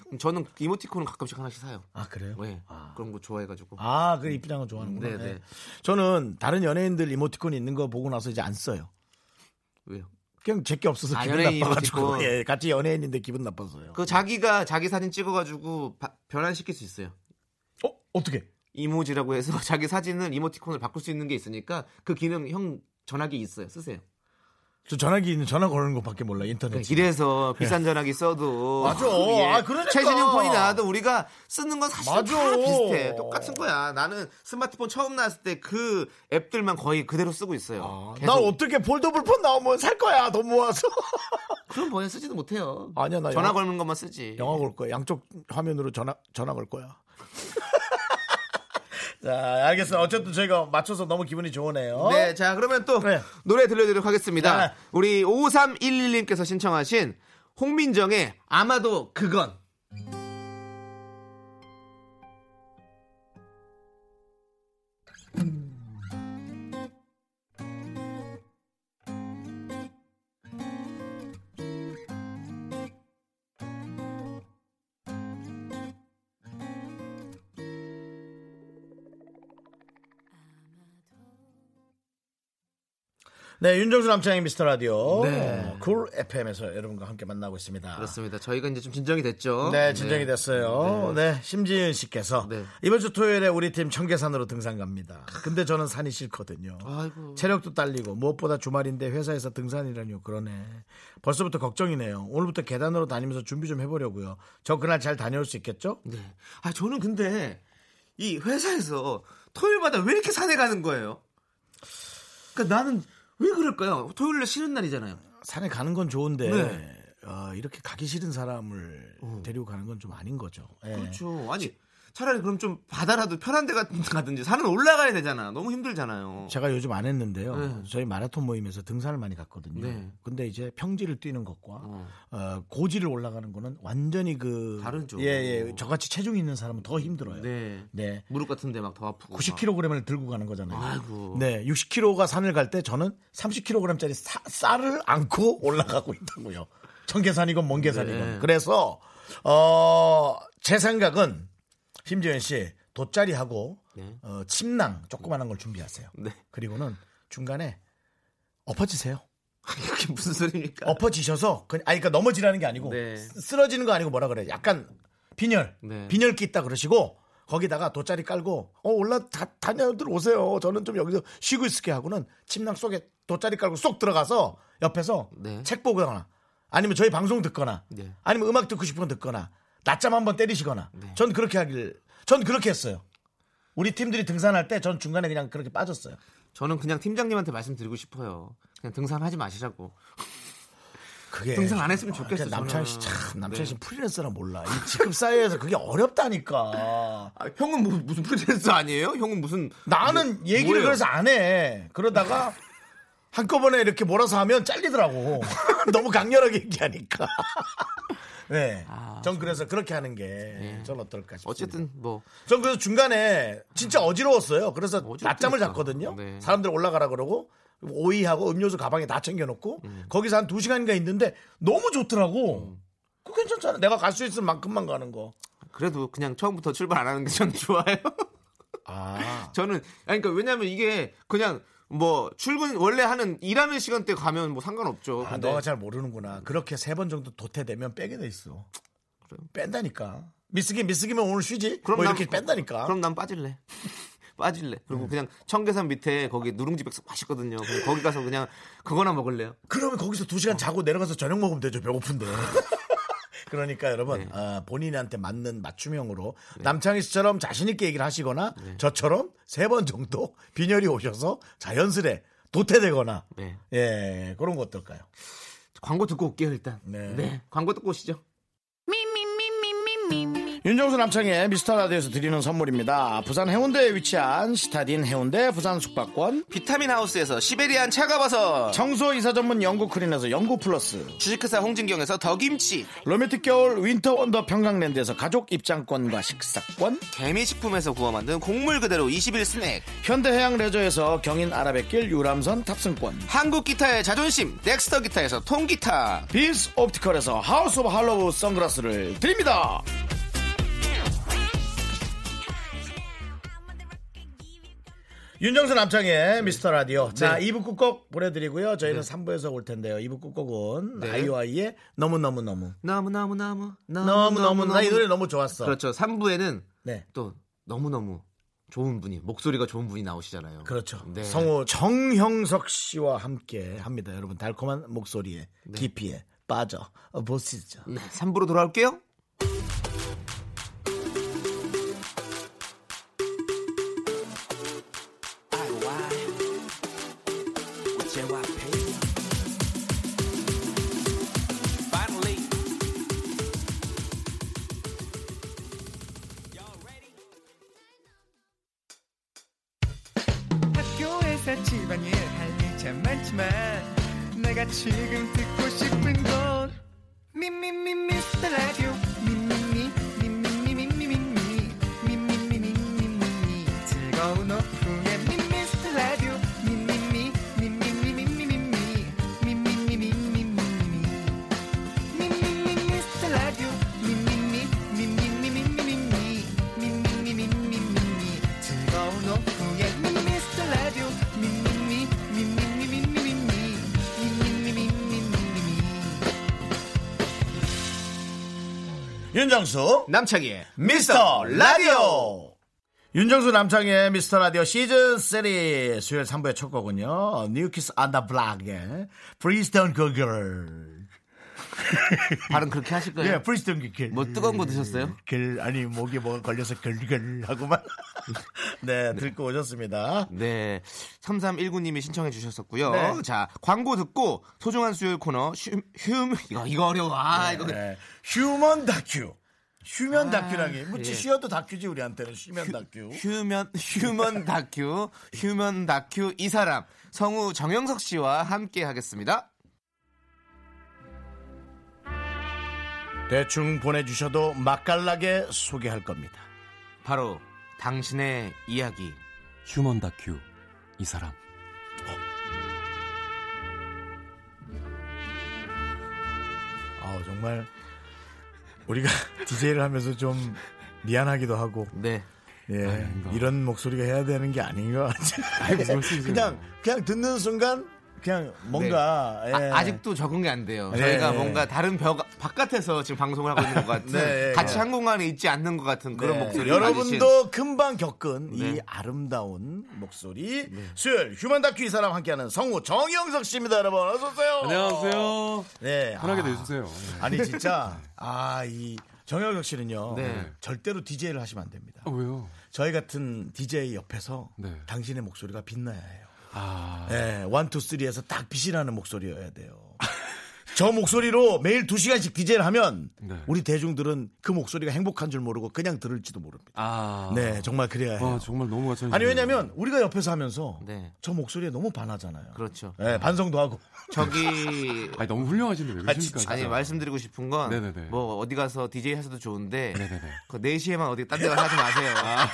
그럼 저는 이모티콘은 가끔씩 하나씩 사요.
아 그래요?
예. 그런 거 좋아해가지고.
아, 그 입장은 좋아하는구나.
네, 네.
네. 저는 다른 연예인들 이모티콘이 있는 거 보고 나서 이제 안 써요.
왜요?
그냥 제게 없어서
아,
기분
연예인
나빠가지고
이모티콘.
[LAUGHS] 예, 같이 연예인인데 기분 나빠서요.
그 자기가 자기 사진 찍어가지고 바- 변환시킬 수 있어요.
어 어떻게?
이모지라고 해서 [LAUGHS] 자기 사진을 이모티콘을 바꿀 수 있는 게 있으니까 그 기능 형 전화기 있어요. 쓰세요.
저 전화기 있는 전화 거는 것밖에 몰라 인터넷.
그러니까 이래서 그 비싼 전화기 써도
그렇죠. 예.
[LAUGHS] 예.
맞아. 아, 그러니까.
최신형 폰이 나와도 우리가 쓰는 건 사실
맞아.
다 비슷해. 똑같은 거야. 나는 스마트폰 처음 나왔을 때 그 앱들만 거의 그대로 쓰고 있어요.
아, 나
계속
어떻게 폴더블 폰 나오면 살 거야 돈 모아서. [LAUGHS]
그런 번에 쓰지도 못해요.
아니야, 나
전화
영화-
걸는 것만 쓰지.
영화 걸 거야. 양쪽 화면으로 전화 전화 걸
[LAUGHS]
거야. 자 알겠어. 어쨌든 저희가 맞춰서 너무 기분이 좋으네요.
네, 자 그러면 또
네.
노래 들려드리도록 하겠습니다.
네.
우리 5311님께서 신청하신 홍민정의 아마도 그건
네, 윤정수 남창의 미스터 라디오. 어, 쿨 FM에서 여러분과 함께 만나고 있습니다.
네. 그렇습니다. 저희가 이제 좀 진정이 됐죠.
네, 진정이 됐어요. 네, 심지은 씨께서
네.
이번 주 토요일에 우리 팀 청계산으로 등산 갑니다. 근데 저는 산이 싫거든요.
아이고.
체력도 딸리고 무엇보다 주말인데 회사에서 등산이라니요. 그러네. 벌써부터 걱정이네요. 오늘부터 계단으로 다니면서 준비 좀 해보려고요. 저 그날 잘 다녀올 수 있겠죠?
네. 아 저는 근데 이 회사에서 토요일마다 왜 이렇게 산에 가는 거예요? 그러니까 나는 왜 그럴까요? 토요일 날 쉬는 날이잖아요.
산에 가는 건 좋은데
네. 음.
어, 이렇게 가기 싫은 사람을 데리고 가는 건 좀 아닌 거죠. 예.
그렇죠. 아니 차라리 그럼 좀 바다라도 편한 데 가- 가든지 산은 올라가야 되잖아. 너무 힘들잖아요.
제가 요즘 안 했는데요.
네.
저희 마라톤 모임에서 등산을 많이 갔거든요.
네.
근데 이제 평지를 뛰는 것과
어.
어, 고지를 올라가는 거는 완전히 그
다르죠.
예, 예. 저같이 체중이 있는 사람은 더 힘들어요.
네.
네.
무릎 같은데 막 더 아프고.
90kg을 들고 가는 거잖아요.
아이고.
네, 60kg가 산을 갈 때 저는 30kg짜리 쌀을 안고 올라가고 있다고요. 청계산이건 먼 계산이건.
네.
그래서 어, 제 생각은 심지현 씨 돗자리하고
네.
어, 침낭 조그만한 걸 준비하세요.
네. [LAUGHS]
그리고는 중간에 엎어지세요.
이게 무슨 소리입니까?
엎어지셔서 그냥 아니 그러니까 넘어지라는 게 아니고
네.
쓰- 쓰러지는 거 아니고 뭐라 그래 약간 빈혈
네.
빈혈기 있다 그러시고 거기다가 돗자리 깔고 어 올라 다, 다녀들 오세요 저는 좀 여기서 쉬고 있을게 하고는 침낭 속에 돗자리 깔고 쏙 들어가서 옆에서
네.
책 보거나 아니면 저희 방송 듣거나
네.
아니면 음악 듣고 싶은 거 듣거나 낮잠 한번 때리시거나 전 그렇게 하길 전 그렇게 했어요 우리 팀들이 등산할 때 전 중간에 그냥 그렇게 빠졌어요
저는 그냥 팀장님한테 말씀드리고 싶어요. 그냥 등산하지 마시라고.
네. 아, 그게
등산 안 했으면 좋겠어,
남창 씨
저는. 네.
참, 남창 씨 프리랜서라 몰라. 이 지금 사회에서 그게 어렵다니까.
아, 형은 뭐, 무슨 프리랜서 아니에요? 형은 무슨
나는
뭐-
얘기를
뭐예요?
그래서 안 해. 그러다가 한꺼번에 이렇게 몰아서 하면 잘리더라고. [LAUGHS] 너무 강렬하게 얘기하니까. [LAUGHS] 네.
아,
전 그래서 그렇게 하는 게,
네.
전 어떨까 싶습니다.
어쨌든 뭐
전 그래서 중간에 진짜 어지러웠어요. 그래서
음. 어지럽다니까.
낮잠을 잤거든요.
네.
사람들 올라가라 그러고 오이하고 음료수 가방에 다 챙겨놓고
음.
거기서 한 두 시간인가 있는데 너무 좋더라고. 그거 괜찮잖아. 내가 갈 수 있을 만큼만 가는 거.
그래도 그냥 처음부터 출발 안 하는 게 저는 좋아요.
아.
[LAUGHS] 저는 아니 그러니까 왜냐면 이게 그냥 뭐 출근 원래 하는 일하는 시간대 가면 뭐 상관없죠. 근데
아, 너가 잘 모르는구나. 그렇게 세 번 정도 도태되면 빼게 돼 있어. 뺀다니까. 미스기 미스기면 오늘 쉬지. 그럼 뭐
난-
이렇게 뺀다니까. 음.
그럼 난 빠질래. [LAUGHS] 빠질래. 그리고 그냥 청계산 밑에 거기 누룽지 백숙 맛있거든요. 그럼 거기 가서 그냥 그거나 먹을래요.
그러면 거기서 두 시간 자고 내려가서 저녁 먹으면 되죠. 배고픈데. [LAUGHS] 그러니까 여러분 아, 본인한테 맞는 맞춤형으로 남창희 씨처럼 자신 있게 얘기를 하시거나 저처럼 세 번 정도 빈혈이 오셔서 자연스레 도태되거나
네.
예 그런 거 어떨까요?
광고 듣고 올게요 일단.
네.
네. 광고 듣고 오시죠.
윤정수 남창의 미스터 라디오에서 드리는 선물입니다. 부산 해운대에 위치한 시타딘 해운대 부산 숙박권
비타민 하우스에서 시베리안 차가버섯.
청소 이사 전문 영국 크린에서 영국 플러스
주식회사 홍진경에서 더김치.
로맨틱 겨울 윈터 원더 평강랜드에서 가족 입장권과 식사권
개미식품에서 구워 만든 곡물 그대로 21 스낵.
현대해양 레저에서 경인 아라뱃길 유람선 탑승권
한국 기타의 자존심. 넥스터 기타에서 통기타.
빈스 옵티컬에서 하우스 오브 할로우 선글라스를 드립니다 윤정수 남창의 미스터 라디오.
네.
자, 2부 끝곡 보내드리고요. 저희는 3부에서 올 텐데요. 2부 끝곡은
네.
아이오아이의 너무너무너무.
너무너무너무
너무너무. 나 이 노래 너무 좋았어.
그렇죠. 3부에는
네.
또 너무너무 좋은 분이 목소리가 좋은 분이 나오시잖아요.
그렇죠.
네.
성우 정형석 씨와 함께 합니다. 여러분, 달콤한 목소리에 깊이에 빠져 보시죠.
네, 3부로 돌아올게요.
학교에서 집안일 할 일 참 많지만 내가 지금 듣고 싶은 건 미미미 미스터 라디오 미미미 미미미 미미미 미미미 미미미 즐거운 오후에 미스터 라디오 미미미 미미미 미미미 미미미 미미미 미미미 미스터 라디오 미미미 미미미 미미미 미미미 미미미 즐거운 오후에 미스터 라디오 미미미 미미미 미미미 미미미 미미미
윤정수
남창희의
미스터 라디오 윤정수 남창의 미스터 라디오 시즌 3 수요일 3부의 첫 곡은요 뉴키스 안다 블락의 프리스턴 그걸
발음 그렇게 하실 거예요?
예 프리스턴 그걸
뭐 뜨거운 거 드셨어요?
글 아니 목에 뭐 걸려서 글글 하고만 [LAUGHS] 네 들고 오셨습니다
네. 3319님이 신청해 주셨었고요.
네.
자, 광고 듣고 소중한 수요일 코너 휴, 휴 이거 이거 어려워. 아, 이거
네, 휴먼 다큐 휴면
아,
다큐라니 뭐지
예.
쉬어도 다큐지 우리한테는 쉬면 다큐
휴면 휴먼 다큐 휴먼 다큐 이 사람 성우 정영석 씨와 함께 하겠습니다.
대충 보내주셔도 맛깔나게 소개할 겁니다
바로 당신의 이야기.
휴먼 다큐 이 사람
아 정말 우리가 [LAUGHS] DJ를 하면서 좀 미안하기도 하고
네.
예
아닌가.
이런 목소리가 해야 되는 게 아닌가
[LAUGHS] 무슨 말씀이세요?
그냥 그냥 듣는 순간 그냥 뭔가
네.
예.
아, 직도 적응이 안 돼요.
네.
저희가 뭔가 다른 벽 바깥에서 지금 방송을 하고 있는 것 같은
네.
같이 한 공간에 있지 않는 것 같은 그런
네,
목소리.
여러분도 금방 겪은 이
네.
아름다운 목소리
네.
수요일 휴먼 다큐 이 사람 함께하는 성우 정영석 씨입니다 여러분 어서 오세요
안녕하세요
네
편하게
아,
내주세요
아니
[LAUGHS]
진짜 아 이 정영석 씨는요
네.
절대로 DJ를 하시면 안 됩니다
아, 왜요
저희 같은 DJ 옆에서
네.
당신의 목소리가 빛나야 해요.
아
예, 원, 투, 쓰리에서 딱 빛이 나는 목소리여야 돼요. [LAUGHS] 저 목소리로 매일 두 시간씩 DJ를 하면
네.
우리 대중들은 그 목소리가 행복한 줄 모르고 그냥 들을지도 모릅니다.
아.
네, 정말 그래야 해요.
와 정말 너무 가짜.
아니 왜냐면 우리가 옆에서 하면서
네.
저 목소리에 너무 반하잖아요.
그렇죠.
예, 반성도 하고.
저기
아니 너무 훌륭하신데 아, 왜
진짜.
그러십니까? 진짜.
아니 말씀드리고 싶은 건
네네네.
뭐 어디 가서 DJ 하셔도 좋은데
네네네.
그 4시에만 어디 딴 데 가서 하지 마세요. 아,
아,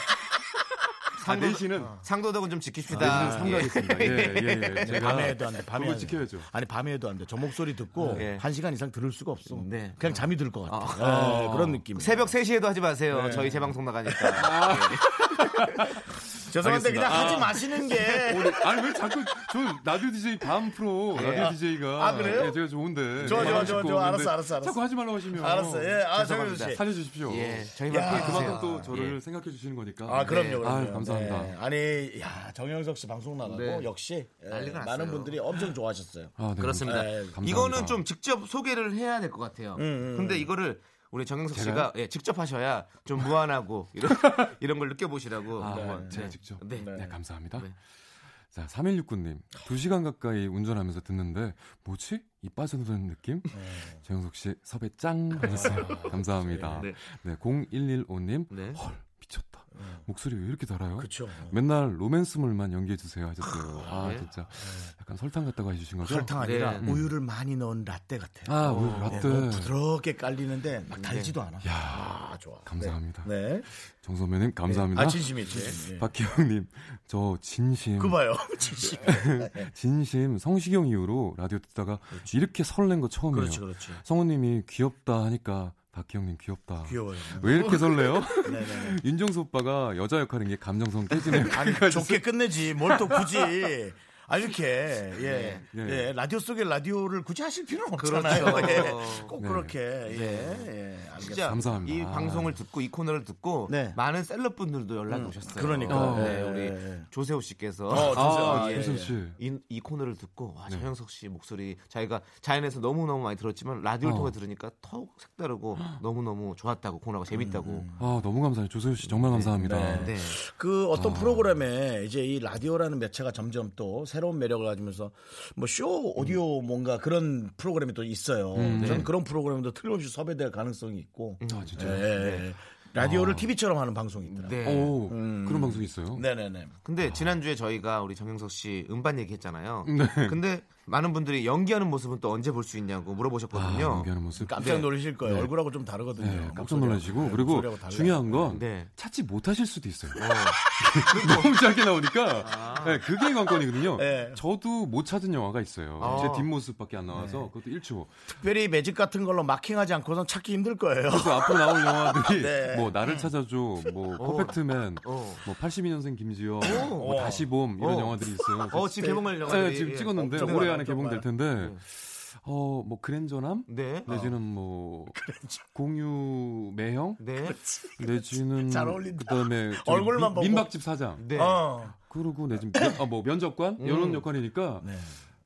상도,
내시는 아,
상도덕은 좀 지킵시다.
내시는 삼가겠습니다. 예예 예. 예. 제가
밤에도 안 돼. 밤에
그거
안 돼.
지켜야죠.
아니 밤에도 안 돼. 저 목소리 듣고
네.
한 시간 이상 들을 수가 없어.
네.
그냥 잠이 들 것 같아. 예, 그런 느낌.
[LAUGHS] 새벽 3시에도 하지 마세요.
네.
저희 재방송
아.
나가니까.
죄송한데
알겠습니다. 아.
그냥 하지 마시는
[LAUGHS]
게
오늘- 아니 왜 자꾸 저 라디오 DJ 다음 프로 라디오 DJ가 예,
아, 그래요?
제가 좋은데
좋아, 좋아, 좋아, 좋아. 알았어, 알았어, 알았어.
자꾸 하지 말라고 하시면
알았어. 예, 아, 정현수
죄송합니다.
씨.
살려주십시오.
예, 저희만
야.
피해
그만큼
주세요. 음.
또 저를 생각해 주시는 거니까.
예. 아, 그럼요. 그럼요.
아유, 감사합니다.
네. 아니, 야, 정영석 씨 방송 나가고
네.
역시 예,
난리가
많은
났어요.
분들이 엄청 좋아하셨어요.
아, 네,
그렇습니다.
네,
이거는 음, 좀 직접 소개를 해야 될 것 같아요. 근데 이거를 우리 정영석 씨가 예, 직접 하셔야 좀
[LAUGHS]
무한하고 이런, 이런 걸 느껴보시라고.
아,
한번,
제가
네.
직접.
네.
네, 감사합니다. 자, 3169님. 2시간 가까이 운전하면서 듣는데, 뭐지? 이 빠져드는 느낌?
네.
정영석 씨, 섭외 짱!
아,
하셨어요. 감사합니다.
네.
네. 0115님.
네.
헐, 미쳤다. 목소리 왜 이렇게 달아요?
그렇죠.
맨날 로맨스물만 연기해주세요 하셨어요. 아,
네.
진짜. 약간 설탕 같다고 해주신 거죠?
설탕 아니라
네.
우유를 많이 넣은 라떼 같아요.
음. 아, 우리
네,
라떼. 네.
너무 부드럽게 깔리는데 막 달지도 않아.
야
아, 좋아.
감사합니다.
네. 네.
정선배님, 감사합니다.
아, 진심이지. 네.
박희영님, 저 진심.
그 봐요.
아,
[LAUGHS] 진심.
진심
그렇죠.
성시경 이후로 라디오 듣다가 이렇게 설렌 거 처음이에요.
그렇지, 그렇지.
성우님이 귀엽다 하니까 박희영님 귀엽다.
귀여워요.
왜 이렇게 설레요? [LAUGHS]
네네.
윤정수 오빠가 여자 역할인 게 감정성 깨지네요.
아니 좋게 끝내지 뭘 또
[LAUGHS]
굳이 아 이렇게 예,
네.
예. 라디오 속에 라디오를 굳이 하실 필요는 없잖아요.
그렇죠.
[LAUGHS] 예. 꼭
네.
그렇게 예, 예. 알겠습니다.
진짜
감사합니다.
이 방송을 듣고 이 코너를 듣고
네.
많은 셀럽분들도 연락 오셨어요.
그러니까.
네,
예, 예.
우리 조세호 씨께서
어, 조세호. 아, [LAUGHS] 예.
윤정 씨.
이, 이 코너를 듣고 와 정영석 씨 목소리 자기가 자연에서 너무 너무 많이 들었지만 라디오를
어.
통해 들으니까 더욱 색다르고 너무 너무 좋았다고 코너가 재밌다고.
아 너무 감사해요. 조세호 씨 정말 감사합니다.
네.
그
아.
어떤 프로그램에 이제 이 라디오라는 매체가 점점 또 새로운 매력을 가지면서 뭐 쇼
음.
오디오 뭔가 그런 프로그램이 또 있어요.
네.
저는 그런 프로그램도 틀림없이 섭외될 가능성이 있고
아 진짜.
예,
요
예, 예.
아.
라디오를 TV처럼 하는 방송이 있더라고요.
네.
오 그런 방송 이 있어요?
음. 네네네.
근데 지난주에 저희가 우리 정영석 씨 음반 얘기했잖아요. 근데 많은 분들이 연기하는 모습은 또 언제 볼 수 있냐고
아,
물어보셨거든요.
연기하는 모습.
깜짝 놀라실 거예요. 얼굴하고 좀 다르거든요.
네, 깜짝
목소리하고.
놀라시고
네,
그리고
목소리하고 달라요. 네.
중요한 건
네.
찾지 못하실 수도 있어요. [LAUGHS] 너무 짧게 나오니까 네, 그게 관건이거든요.
아. 네.
저도 못 찾은 영화가 있어요.
아.
제 뒷모습밖에 안 나와서
네.
그것도 1초.
특별히 매직 같은 걸로 마킹하지 않고선 찾기 힘들
[LAUGHS]
거예요.
그래서 앞으로 나올 영화들이
네.
뭐 나를 찾아줘, 뭐 퍼펙트맨,
어.
뭐 82년생 김지영, 뭐
어.
다시 봄 이런
어.
영화들이 있어요.
어, 지금 개봉할 영화.
네, 지금 찍었는데
엄청
올해
많아요,
안에
엄청 네.
개봉될 텐데 어 뭐 그랜저남
네.
[LAUGHS]
내지는 뭐 공유 매형
네.
내지는
잘 어울린다.
그다음에 저기
얼굴만
민-
보고.
민박집 사장
네.
어.
그러고 내지는 면, 아, 뭐 면접관
음.
이런 역할이니까
네.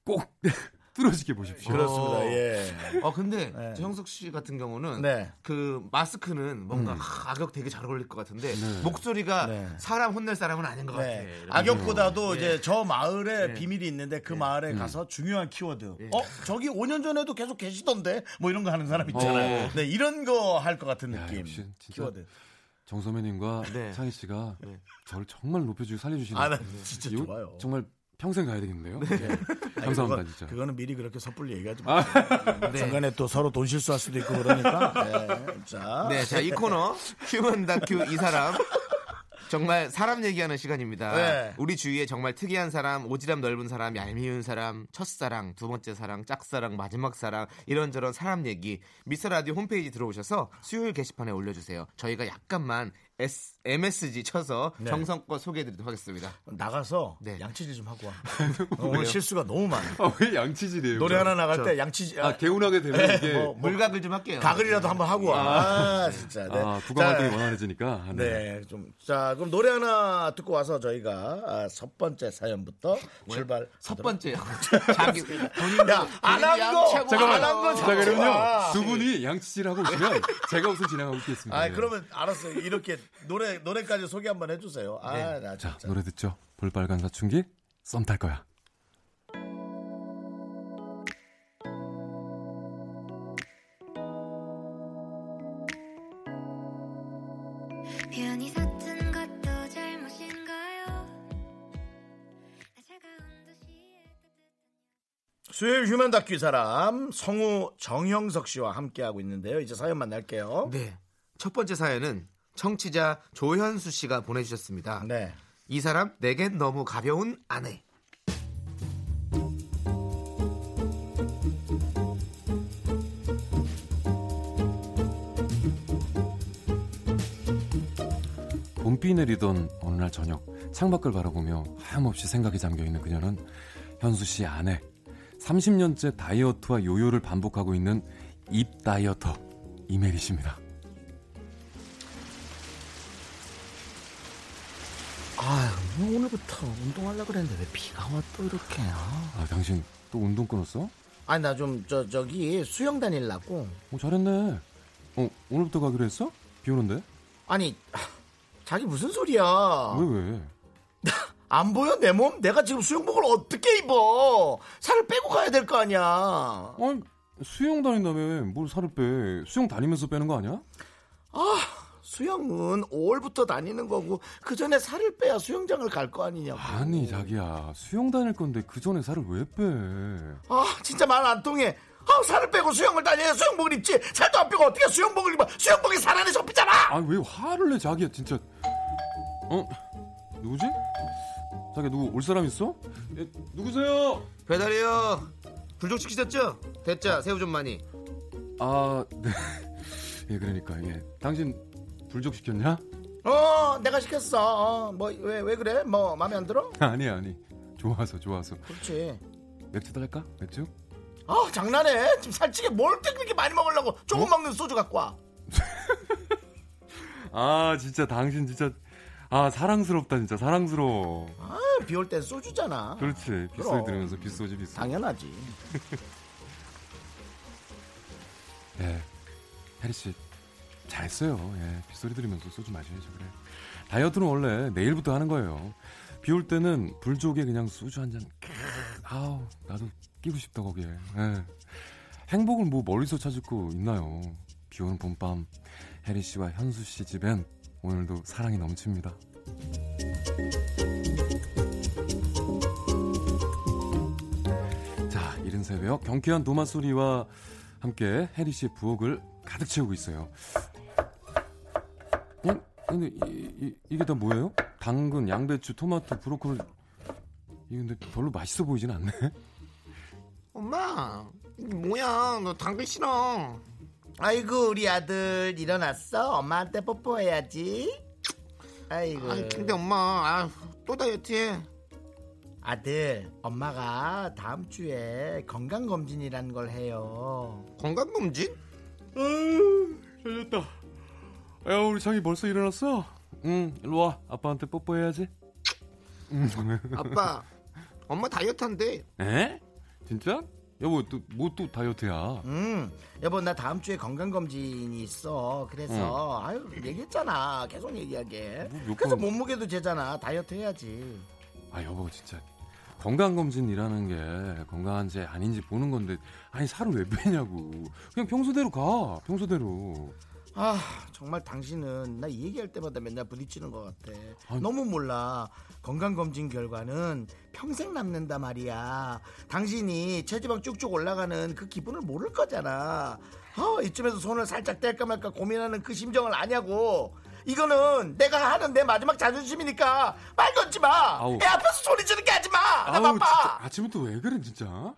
꼭 [LAUGHS] 뚫어지게 보십시오.
그렇습니다.
어.
예.
어 근데 저 형석 씨 같은 경우는
네. 음.
그 마스크는 뭔가 하, 악역 되게 잘 어울릴 것 같은데 목소리가
네.
사람 혼낼 사람은 아닌 것
네.
예.
같아요.
악역보다도 이제 저 마을에 비밀이 있는데
예.
그 마을에
음.
가서 중요한 키워드. 어, 저기 5년 전에도 계속 계시던데 뭐 이런 거 하는 사람 있잖아요.
어.
네, 이런 거 할 것 같은 느낌.
역시 진짜
키워드.
정소매님과
네.
창희 씨가
네.
저를 정말 높여주고 살려주시는
아, 나 진짜
이거
좋아요.
정말 평생 가야 되겠네요.
아니,
감사합니다
그거-
진짜.
그거는 미리 그렇게 섣불리 얘기하지
아.
마세요.
네.
중간에 또 서로 돈 실수할 수도 있고 그러니까. 네. 자.
네, 자 이 코너 휴먼 다큐 이 사람 정말 사람 얘기하는 시간입니다.
네.
우리 주위에 정말 특이한 사람, 오지랖 넓은 사람, 얄미운 사람, 첫사랑, 두 번째 사랑, 짝사랑, 마지막 사랑 이런저런 사람 얘기 미스 라디오 홈페이지 들어오셔서 수요일 게시판에 올려주세요. 저희가 약간만 S, MSG 쳐서
네.
정성껏 소개해드리도록 하겠습니다.
나가서
네.
양치질 좀
[LAUGHS]
하고 와. 어, 오늘 실수가 너무 많아.
아, 왜 양치질이에요?
노래 하나 나갈 때 양치질.
아 개운하게 되면 이게
뭐, 뭐
물각을 좀 할게요.
가글이라도 한번 하고 와. 아, 진짜. 네.
아, 구강활동이
자,
원활해지니까. 아, 네.
네, 좀. 자, 그럼 노래 하나 듣고 와서 저희가 아, 첫 번째 사연부터 출발.
첫
[LAUGHS]
번째요. [LAUGHS] 자기 본인
야, 안 한 거!
잠깐만.
아, 안한거
자, 그러면요. 두 분이 양치질 하고 오시면 제가 우선 진행하고 있겠습니다.
아,
네.
그러면 알았어요. 이렇게 노래, 노래까지 소개 한번 해주세요. 아, 나
자,
진짜.
노래 듣죠. 볼빨간 사춘기 썸 탈 거야.
표현이 서툰 것도 잘못인가요? 나 차가운 도시에
수요일 휴먼 다큐 사람, 성우 정형석 씨와 함께하고 있는데요. 이제 사연 만날게요.
네. 첫 번째 사연은 청취자 조현수 씨가 보내주셨습니다.
네.
이 사람 내겐 너무 가벼운 아내.
봄비 내리던 어느 날 저녁 창밖을 바라보며 하염없이 생각에 잠겨있는 그녀는 현수 씨 아내 30년째 다이어트와 요요를 반복하고 있는 입 다이어터 이메리 씨입니다.
뭐 오늘부터 운동하려고 그랬는데 왜 비가 와 또 이렇게요?
아 당신 또 운동 끊었어?
아니, 나 좀, 저, 저기 수영 다닐라고.
어 잘했네. 어 오늘부터 가기로 했어? 비 오는데?
아니, 자기 무슨 소리야. 아.
왜 왜?
안 보여 내 몸? 내가 지금 수영복을 어떻게 입어? 살을 빼고 가야 될 거 아니야.
아니 수영 다닌다며 뭘 살을 빼? 수영 다니면서 빼는 거 아니야?
수영은 5월부터 다니는 거고 그 전에 살을 빼야 수영장을 갈 거 아니냐고.
아니 자기야 수영 다닐 건데 그 전에 살을 왜 빼?
아 진짜 말 안 통해. 아 살을 빼고 수영을 다녀야 수영복을 입지. 살도 안 빼고 어떻게 수영복을 입어? 수영복이 살 안에 접히잖아.
아 왜 화를 내 자기야 진짜 어 누구지 자기야 누구 올 사람 있어 예, 누구세요
배달이요. 불족식 시켰죠? 대짜 새우 좀 많이.
아네 아, 네. [LAUGHS] 예, 그러니까 예. 당신 불족 시켰냐? [LAUGHS]
어, 내가 시켰어. 어, 뭐, 왜, 왜 그래? 뭐, 마음에 안 들어?
아니 아니. 좋아서 좋아서.
그렇지.
맥주 달까? 맥주?
아, 장난해. 지금 살찌게 뭘 그렇게 많이 먹으려고
어?
조금 먹는 소주 갖고 와.
아 진짜 당신 진짜 아 사랑스럽다 진짜 사랑스러워.
아, 비 올 땐 소주잖아.
그렇지.
그럼.
빗소리 들으면서 빗소지 빗소.
당연하지.
예. 혜리 씨, 잘했어요. 예. 빗소리 들으면서 소주 마셔야죠, 그래. 다이어트는 원래 내일부터 하는 거예요. 비 올 때는 불조개 그냥 소주 한 잔. 캬, 아우, 나도 끼고 싶다, 거기에. 예. 행복을 뭐 멀리서 찾을 거 있나요? 비 오는 봄밤, 혜리 씨와 현수 씨 집엔 오늘도 사랑이 넘칩니다. 자, 이른 새벽 경쾌한 도마 소리와 함께 해리 씨의 부엌을 가득 채우고 있어요. 어? 근데 이, 게다 뭐예요? 당근, 양배추, 토마토, 브로콜리. 이 근데 별로 맛있어 보이진 않네.
엄마 이게 뭐야 너 당근 싫어
아이고, 우리 아들 일어났어. 엄마한테 뽀뽀해야지. 아이고.
아니 근데 엄마 아또 다이어트해
아들, 엄마가 다음 주에 건강검진이라는 걸 해요.
건강검진?
잘렸다. 야, 우리 창이 벌써 일어났어? 응, 일로 와. 아빠한테 뽀뽀해야지.
아빠 엄마 다이어트한대
에? 진짜? 여보, 또, 뭐 또 다이어트야?
음, 여보, 나 다음 주에 건강검진이 있어. 그래서, 아유, 얘기했잖아. 계속 얘기하게.
뭐, 몇
그래서
번-
몸무게도 재잖아. 다이어트 해야지.
아 여보 진짜 건강검진이라는 게 건강한지 아닌지 보는 건데 아니 살을 왜 빼냐고 그냥 평소대로 가 평소대로
아 정말 당신은 나 이 얘기할 때마다 맨날 부딪히는 것 같아
아니.
너무 몰라 건강검진 결과는 평생 남는다 말이야 당신이 체지방 쭉쭉 올라가는 그 기분을 모를 거잖아 어, 이쯤에서 손을 살짝 뗄까 말까 고민하는 그 심정을 아냐고 이거는 내가 하는 내 마지막 자존심이니까 말 걸지
아우.
마애 앞에서 소리 지르게 하지 마나 바빠
진짜 아침부터 왜 그래 진짜 하,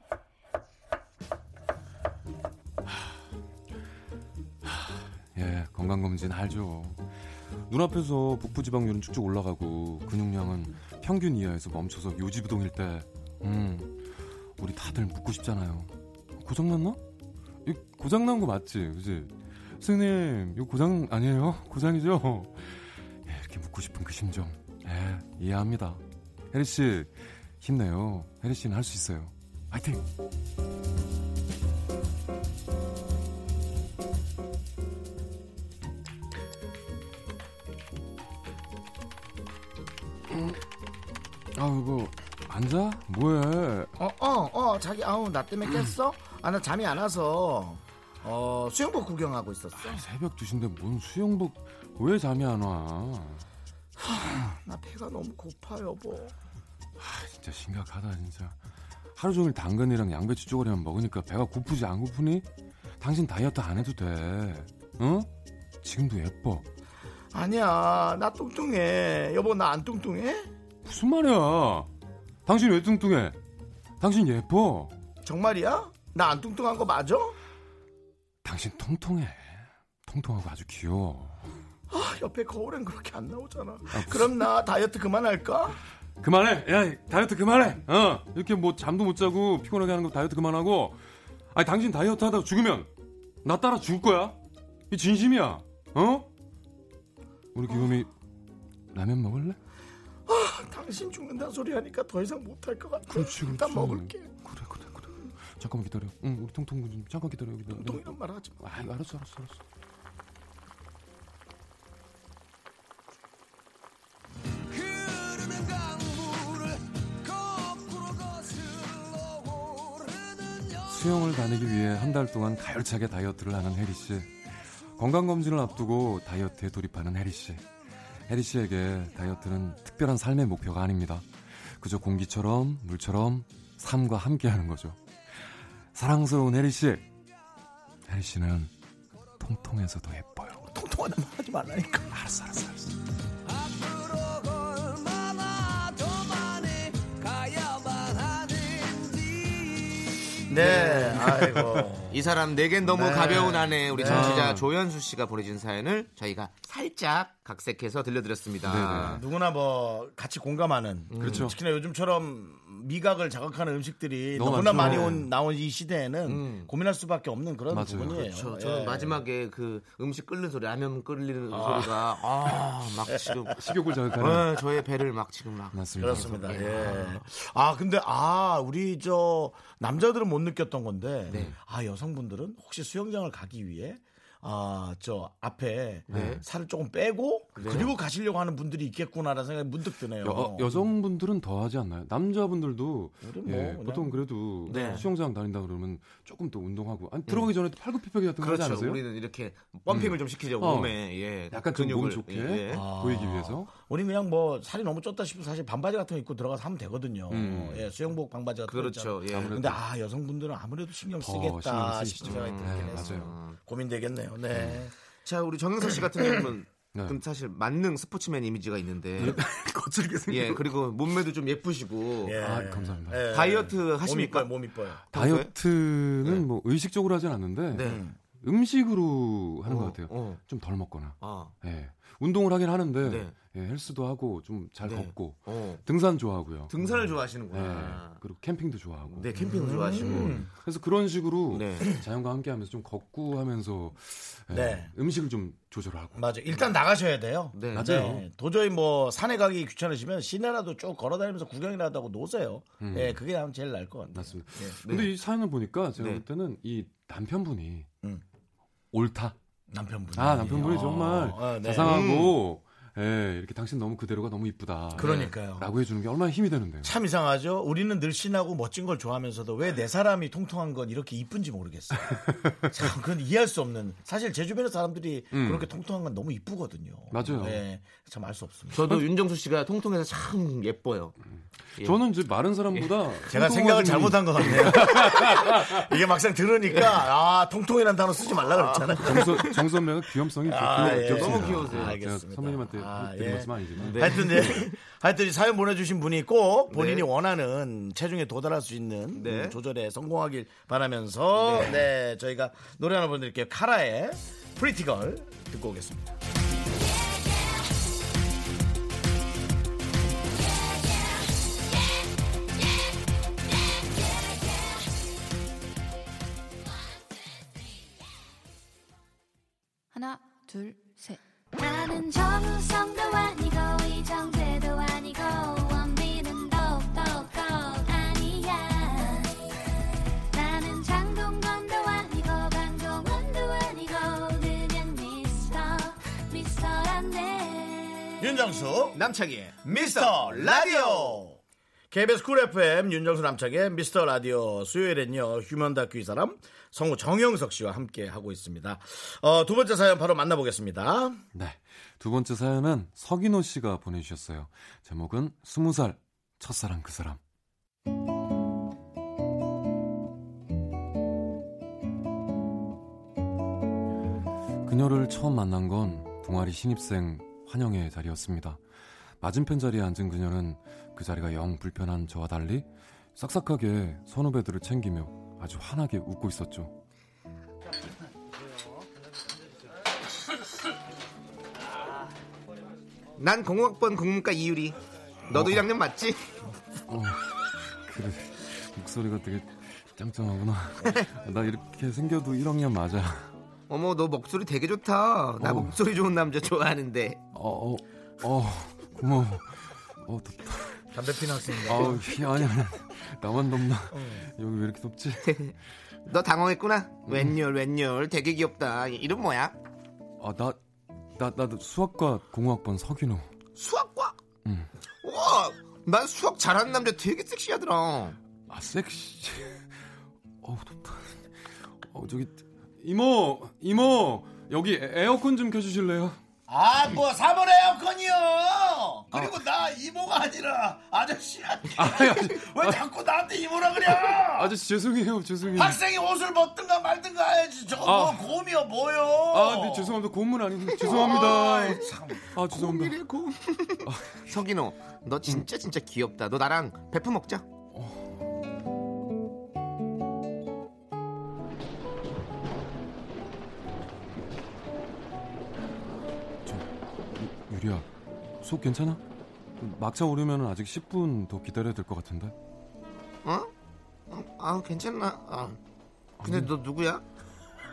하, 예 건강검진 알죠 눈앞에서 복부지방률은 쭉쭉 올라가고 근육량은 평균 이하에서 멈춰서 요지부동일 때음 우리 다들 묻고 싶잖아요 고장났나? 이 고장난 거 맞지, 그지? 선생님, 이거 고장 아니에요? [LAUGHS] 고장이죠? 예, 이렇게 묻고 싶은 그 심정. 예, 이해합니다. 혜리 씨, 힘내요. 혜리 씨는 할 수 있어요. 화이팅! 아, 이거, 앉아? 뭐해?
어, 어, 어, 자기, 아우, 나 때문에
음.
깼어? 아, 나 잠이 안 와서, 어, 수영복 구경하고 있었어.
새벽 2시인데 뭔 수영복, 왜 잠이 안 와?
나 배가 너무 고파, 여보.
아, 진짜 심각하다 진짜 하루 종일 당근이랑 양배추 쪼가리만 먹으니까 배가 고프지 안 고프니? 당신 다이어트 안 해도 돼 응? 지금도 예뻐
아니야, 나 뚱뚱해. 여보, 나 안 뚱뚱해?
무슨 말이야 당신 왜 뚱뚱해 당신 예뻐
정말이야? 나 안 뚱뚱한 거 맞아?
당신 통통해 통통하고 아주 귀여워
아, 옆에 거울엔 그렇게 안 나오잖아. 그럼 나 다이어트 그만할까?
그만해 야 다이어트 그만해 어 이렇게 뭐 잠도 못 자고 피곤하게 하는 거 다이어트 그만하고 아니 당신 다이어트 하다가 죽으면 나 따라 죽을 거야 이 진심이야 어? 우리 귀요미 라면 먹을래?
당신 죽는다는 소리 하니까 더 이상 못할 것 같아.
그렇지, 그렇지.
일단 먹을게.
그래 그래 그래 잠깐만 기다려 응 우리 통통군 좀 잠깐 기다려 여기 내가-
뚱이란말 하지 마.
아 알았어 알았어 알았어 수영을 다니기 위해 한 달 동안 가열차게 다이어트를 하는 혜리 씨. 건강검진을 앞두고 다이어트에 돌입하는 혜리 씨. 혜리 씨에게 다이어트는 특별한 삶의 목표가 아닙니다. 그저 공기처럼 물처럼 삶과 함께하는 거죠. 사랑스러운 혜리 씨. 혜리 씨는 통통해서 더 예뻐요.
통통하다 말 하지 말라니까.
알았어 알았어 알았어.
[LAUGHS] 네. 아이고.
이 사람 내겐 너무
네.
가벼운 아내 우리
네.
정치자 조현수 씨가 보내준 사연을 저희가 살짝 각색해서 들려드렸습니다.
누구나 뭐 같이 공감하는
그렇죠.
특히나 요즘처럼 미각을 자극하는 음식들이
너무
너무나 많이
많죠. 네. 음.
온 나온 이 시대에는 고민할 수밖에 없는 그런
맞아요.
부분이에요.
저,
예.
그렇죠. 저는 마지막에 그 음식 끓는 소리, 라면 끓는 소리가 아막 [LAUGHS] 지금
식욕을 자극하는
어, 저의 배를 막 지금 막
맞습니다.
그렇습니다. 예. 아 근데 아 우리 저 남자들은 못 느꼈던 건데 아 여성분들은 혹시 수영장을 가기 위해 아 저 앞에 살을 조금 빼고 그리고 가시려고 하는 분들이 있겠구나라는 생각이 문득 드네요.
여, 여성분들은 더 하지 않나요? 남자분들도
우리 뭐
예,
그냥-
보통 그래도
네.
수영장 다닌다 그러면 조금 더 운동하고 아니, 들어가기 전에 도 팔굽혀펴기 같은 거 하지
그렇죠.
않으세요?
우리는 이렇게 펌핑을 좀 시키죠
어.
몸에 예,
약간 좀 몸
근육을.
좋게 아.
예, 예.
보이기 위해서
우리 그냥 뭐 살이 너무 쪘다 싶으면 사실 반바지 같은 거 입고 들어가서 하면 되거든요. 예, 수영복 반바지 같은 거
그렇죠.
있잖아요.
예.
근데 아 여성분들은 아무래도 신경
더
쓰겠다 싶은
신경 쓰시죠.
생각이 들긴
네,
했어요.
맞아요.
고민되겠네요. 네.
자 우리 정영석 씨 같은 경우는
[CLEARS THROAT] 네.
좀 사실 만능 스포츠맨 이미지가
[LAUGHS]
있는데
거칠게
예 그리고 몸매도 좀 예쁘시고
예.
아, 감사합니다.
예.
네. 다이어트
몸이
하십니까?
이뻐요. 몸이 이뻐요.
다이어트는 뭐 의식적으로 하진 않는데 음식으로 하는 것 같아요.
네. 어.
좀 덜 먹거나.
아,
예. 운동을 하긴 하는데
네.
예, 헬스도 하고 좀 잘
네.
걷고
어.
등산 좋아하고요.
등산을
예.
좋아하시는구나.
그리고 캠핑도 좋아하고.
네, 캠핑을 좋아하시고.
그래서 그런 식으로
네.
자연과 함께하면서 좀 걷고 하면서 예,
네.
음식을 좀 조절하고.
맞아. 일단 나가셔야 돼요.
네.
맞아요.
네, 도저히 뭐 산에 가기 귀찮으시면 시내라도 쭉 걸어다니면서 구경이라도 하고 노세요. 예, 그게 나면 제일 나을 것 같아요.
음. 맞습니다.
네.
근데 이 사연을 보니까 제가
네.
볼 때는 이 남편분이
음.
옳다.
남편분이.
아 남편분이
아,
정말
아, 네. 음.
자상하고 예, 이렇게 당신 너무 그대로가 너무 이쁘다.
그러니까요.
라고 해주는 게 얼마나 힘이 되는데요.
참 이상하죠. 우리는 늘씬하고 멋진 걸 좋아하면서도 왜 내 사람이 통통한 건 이렇게 이쁜지
[LAUGHS]
모르겠어요. 참 그건 이해할 수 없는. 사실 제 주변의 사람들이 그렇게 통통한 건 너무 이쁘거든요.
음. 맞아요.
네, 참 알 수 없습니다.
저도 윤정수 씨가 통통해서 참 예뻐요.
저는 이제 마른 사람보다
예. 제가 생각을 잘못한 것 같네요. [LAUGHS] 이게 막상 들으니까 아 통통이란 단어 쓰지 말라 그랬잖아요.
정선, 정선배가 귀염성이
아,
귀-
예.
귀엽습니다.
너무 귀여우세요.
제가
알겠습니다.
선배님한테
아,
드린
예.
말씀 아니지만
하여튼 네. [LAUGHS] 하여튼 이 사연 보내주신 분이 꼭 본인이
네.
원하는 체중에 도달할 수 있는
네.
음, 조절에 성공하길 바라면서 네. 저희가 노래 하나 보내드릴게요. 카라의 프리티걸 듣고 오겠습니다.
하나, 둘, 셋.
나는 정우성도 아니고 이정재도 아니고 원빈은 더욱더 아니야 나는 장동건도 아니고 강동원도 아니고 그냥 미스터 미스터란데
윤정수 남창희의 미스터 라디오 KBS 쿨 FM 윤정수 남창희의 미스터 라디오 수요일엔요 휴먼 다큐 이 사람 성우 정영석 씨와 함께 하고 있습니다 어, 두 번째 사연 바로 만나보겠습니다
네. 두 번째 사연은 서기노 씨가 보내주셨어요. 제목은 스무 살 첫사랑 그 사람. 그녀를 처음 만난 건 동아리 신입생 환영회 자리였습니다. 맞은편 자리에 앉은 그녀는 그 자리가 영 불편한 저와 달리 싹싹하게 선후배들을 챙기며 아주 환하게 웃고 있었죠.
난 공학번 국문과 이유리. 너도 1학년 맞지?
어, 그래 목소리가 되게 짱짱하구나 나 이렇게 생겨도 1학년 맞아
어머 너 목소리 되게 좋다. 나
어.
목소리 좋은 남자 좋아하는데.
어어어 고마워 어 덥다
담배 피는 학생입니다
아우 아니 아니 나만 덥나 여기 왜 이렇게 덥지
너 당황했구나.
음.
웬열 웬열 되게 귀엽다. 이름 뭐야?
아나 나, 나, 수학과 공학번 서균호
수학과. 우와 난 수학 잘하는 남자 되게 섹시하더라.
아 섹시 어우 덥다 어 저기 이모 이모 여기 에- 에어컨 좀 켜주실래요
아 뭐 3월 에어컨이요 그리고 나 이모가 아니라 아. 아저씨야
아이, 아저-
왜 자꾸 나한테 이모라 그래
아저씨 죄송해요 죄송해요
학생이 옷을 벗든가 말든가 해야지 저거
아.
뭐 고음이요 뭐요
아, 네, 죄송합니다. 고문 아닌데
어.
어. 죄송합니다. 아, 죄송합니다. [LAUGHS]
곰. 서기노 너
음.
진짜 진짜 귀엽다. 너 나랑 베프 먹자.
비야 속 괜찮아? 막차 오르면 아직 10분 더 기다려야 될 것 같은데
어? 어, 아 괜찮나? 아. 근데 너 누구야?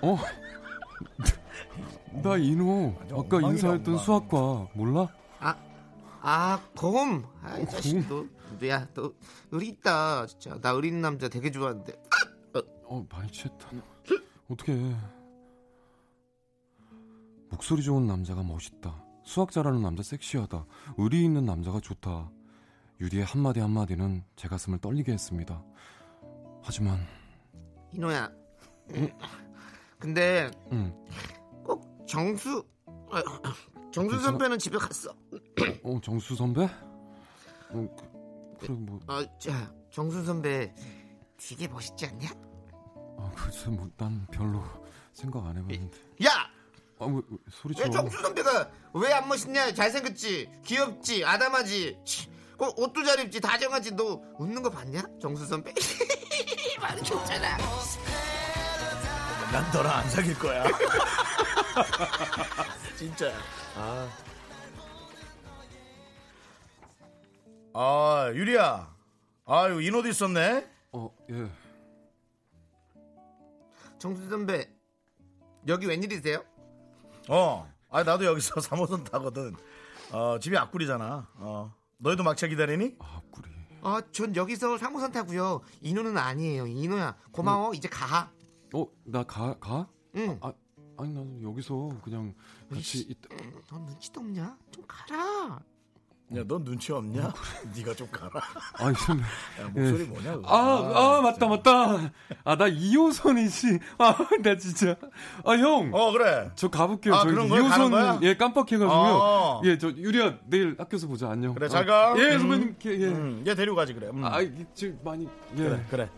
어? [LAUGHS] 나 인호 아까
엉망이다,
인사했던
엉망.
수학과 몰라?
아, 아, 곰. 아, 이 자식 너, 야, 너 의리 있다. 진짜 나 의리 있는 남자 되게 좋아하는데.
어 많이 취했다 어떻게 목소리 좋은 남자가 멋있다 수학 잘하는 남자 섹시하다 의리 있는 남자가 좋다 유리의 한마디 한마디는 제 가슴을 떨리게 했습니다 하지만
이노야. 근데
음,
꼭 정수 아, 정수 선배는 집에 갔어.
어, 정수 선배? 어, 그- 그래 뭐
아, 자, 정수 선배 되게 멋있지 않냐?
아, 글쎄 뭐난 별로 생각 안 해봤는데
예.
야,
아, 왜, 왜 소리쳐
왜 정수 선배가 왜 안 멋있냐? 잘생겼지, 귀엽지, 아담하지. 치, 그 옷도 잘 입지, 다정하지. 너 웃는 거 봤냐? 정수 선배? [LAUGHS] 많이 좋잖아.
난 너랑 안 사귈 거야. 진짜야. 아. 아, 유리야. 아유, 인호도 있었네.
어, 예
정수 선배 여기 웬일이세요?
어. 아, 나도 여기서 [LAUGHS] 3호선 타거든. 어, 집이 앞구리잖아. 어. 너희도 막차 기다리니?
앞구리
아, 전 여기서 3호선 타고요. 인호는 아니에요. 인호야, 고마워. 이제 가.
어, 나 가? 가?
응.
아, 아니 나는 여기서 그냥 같이 있다
넌 눈치도 없냐? 좀 가라.
야, 넌 눈치 없냐? [LAUGHS] 네가 좀 가라.
아니 선배
야, 목소리 뭐냐? 그거.
아, 아, 맞다, 맞다. 아, 나 2호선이지. 아, [LAUGHS] 나 진짜. 아, 형.
어, 그래.
저 가볼게요.
아,
저
그런 거야? 가는 거야?
2호선. 예, 깜빡해가지고요.
어.
예, 저, 유리야, 내일 학교에서 보자. 안녕.
그래,
아,
잘 가.
예,
음.
선배님. 예, 예.
음, 얘 데리고 가지 그래. 음.
아, 이게 지금 많이. 예.
그래, 그래.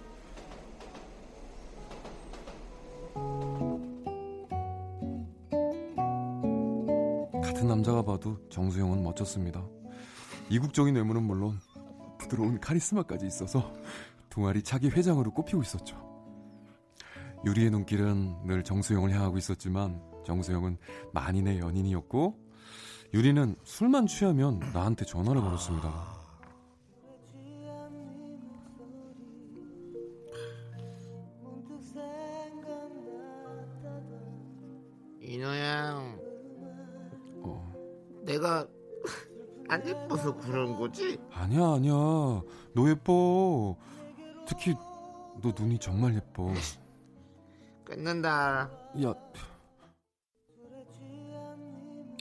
같은 남자가 봐도 정수영은 멋졌습니다. 이국적인 외모는 물론 부드러운 카리스마까지 있어서 동아리 차기 회장으로 꼽히고 있었죠. 유리의 눈길은 늘 정수영을 향하고 있었지만 정수영은 만인의 연인이었고 유리는 술만 취하면 나한테 전화를 걸었습니다.
인호야,
어,
내가 안 예뻐서 그런 거지?
아니야 아니야 너 예뻐 특히 너 눈이 정말 예뻐
끝난다.
야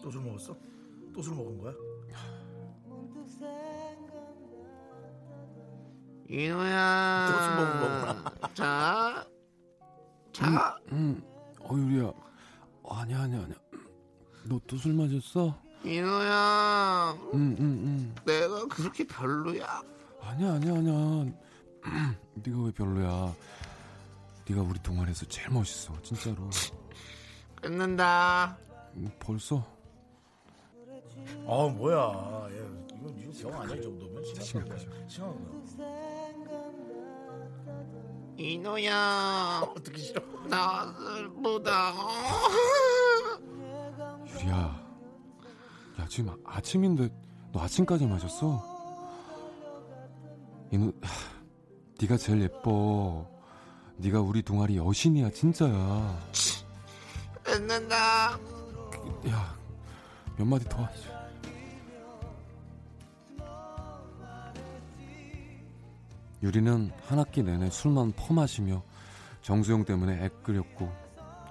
또 술 먹었어? 또 술 먹은 거야? 또술 먹은
인호야. 자, 자.
음, 어 유리야. 어, 아니야 아니야 아니야. 너 또 술 마셨어?
음. 인호야,
응, 응, 응.
내가 그렇게 별로야.
아니야 아니야 아니야. [CLEARS THROAT] 네가 왜 별로야? 네가 우리 동아리에서 제일 멋있어, 진짜로.
끝난다.
음, 벌써
아 뭐야 얘, 이건 이거 병 아니야 이 정도면 심각한 거야 심각한 거야
인호야,
어떻게 싫어
나를 보다.
유리야. 야 지금 아- 아침인데 너 아침까지 마셨어? 이누, 네가 제일 예뻐. 네가 우리 동아리 여신이야, 진짜야.
끝난다.
그, 야, 몇 마디 더 하자. 유리는 한 학기 내내 술만 퍼마시며 정수영 때문에 애끓였고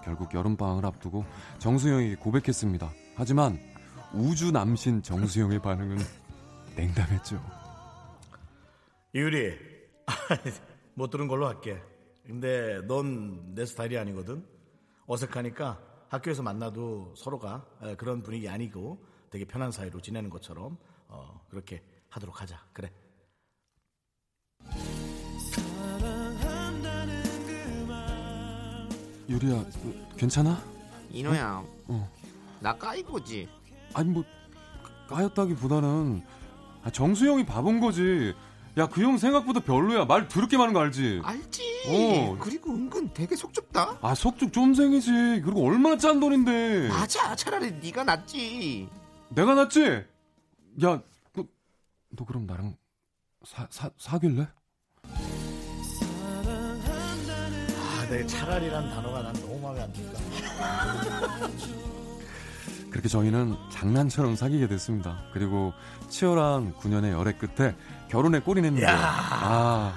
결국 여름방학을 앞두고 정수영에게 고백했습니다. 하지만 우주 남신 정수영의 반응은 냉담했죠.
유리 [LAUGHS] 못 들은 걸로 할게 근데 넌 내 스타일이 아니거든 어색하니까 학교에서 만나도 서로가 에, 그런 분위기 아니고 되게 편한 사이로 지내는 것처럼 어, 그렇게 하도록 하자 그래
유리야, 너 괜찮아?
인호야,
어.
나 까이고지.
아니 뭐 까였다기보다는 아, 정수영이 바본 거지. 야, 그 형 생각보다 별로야. 말 더럽게 많은 거 알지?
알지.
어.
그리고 은근 되게 속 좁다.
아 속죽 좀생이지 그리고 얼마나 짠 돈인데
맞아. 차라리 네가 낫지.
내가 낫지? 야, 그, 너 그럼 나랑 사, 사, 사귈래?
아, 내 차라리란 단어가 난 너무 마음에 안 든다.
[LAUGHS] 그렇게 저희는 장난처럼 사귀게 됐습니다. 그리고 치열한 9년의 열애 끝에 결혼에 꼬리 냈는데 아,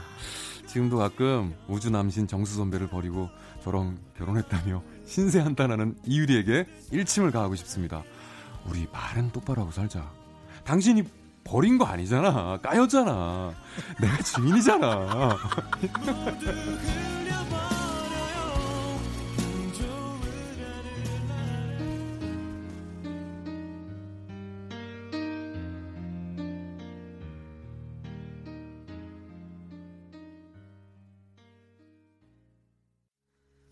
지금도 가끔 우주 남신 정수 선배를 버리고 저랑 결혼했다며 신세한탄하는 이유리에게 일침을 가하고 싶습니다. 우리 말은 똑바로 하고 살자. 당신이 버린 거 아니잖아. 까였잖아. 내가 주인이잖아.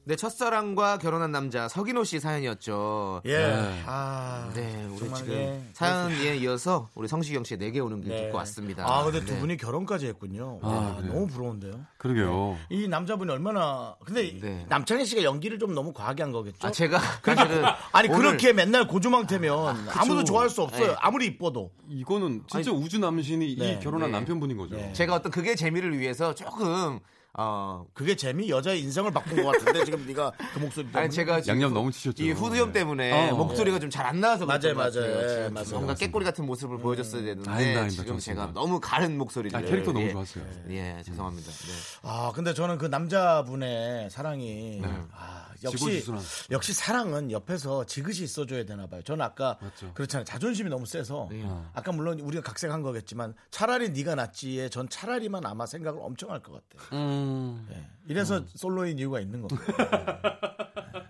네, 첫사랑과 결혼한 남자 서기노 씨 사연이었죠.
예.
네.
아,
네, 우리
정말 예.
지금 사연에 이어서 우리 성시경 씨의 내게 오는 길
네.
듣고 왔습니다.
아, 근데 두
네.
분이 결혼까지 했군요.
아,
와,
그래요?
너무 부러운데요.
그러게요.
이 남자분이 얼마나 근데
네.
남창희 씨가 연기를 좀 너무 과하게 한 거겠죠?
아, 제가
그러니까 [LAUGHS]
사실은
아니
오늘-
그렇게 맨날 고주망태면 아, 무도 좋아할 수 없어요.
네.
아무리 이뻐도.
이거는 진짜 우주 남신이
네,
이 결혼한
네.
남편분인 거죠.
제가 어떤 그게 재미를 위해서 조금 어
그게 재미 여자의 인생을 바꾼 것 같은데 지금 네가 그 목소리 때문에
아니 제가 지금
양념 너무 치셨죠.
이 후두염 때문에
어.
목소리가 좀 잘 안 나와서 그런
맞아요,
것 같아요.
맞아요. 예,
지금
맞아요.
뭔가 깨꼬리 같은 모습을 보여줬어야 되는데
음. 아닙니다, 아닙니다.
지금
좋습니다.
제가 너무 가른 목소리를
아, 캐릭터 너무
예.
좋았어요.
예, 죄송합니다. 네.
아 근데 저는 그 남자분의 사랑이 아, 역시
지고지순한.
역시 사랑은 옆에서 지그시 있어줘야 되나 봐요. 저는 아까
맞죠.
그렇잖아요. 자존심이 너무 세서
네.
음. 아까 물론 우리가 각색한 거겠지만 차라리 네가 낫지에 전 차라리만 아마 생각을 엄청 할 것 같아요.
음.
예. 이래서 솔로인 이유가 있는 거.
[LAUGHS]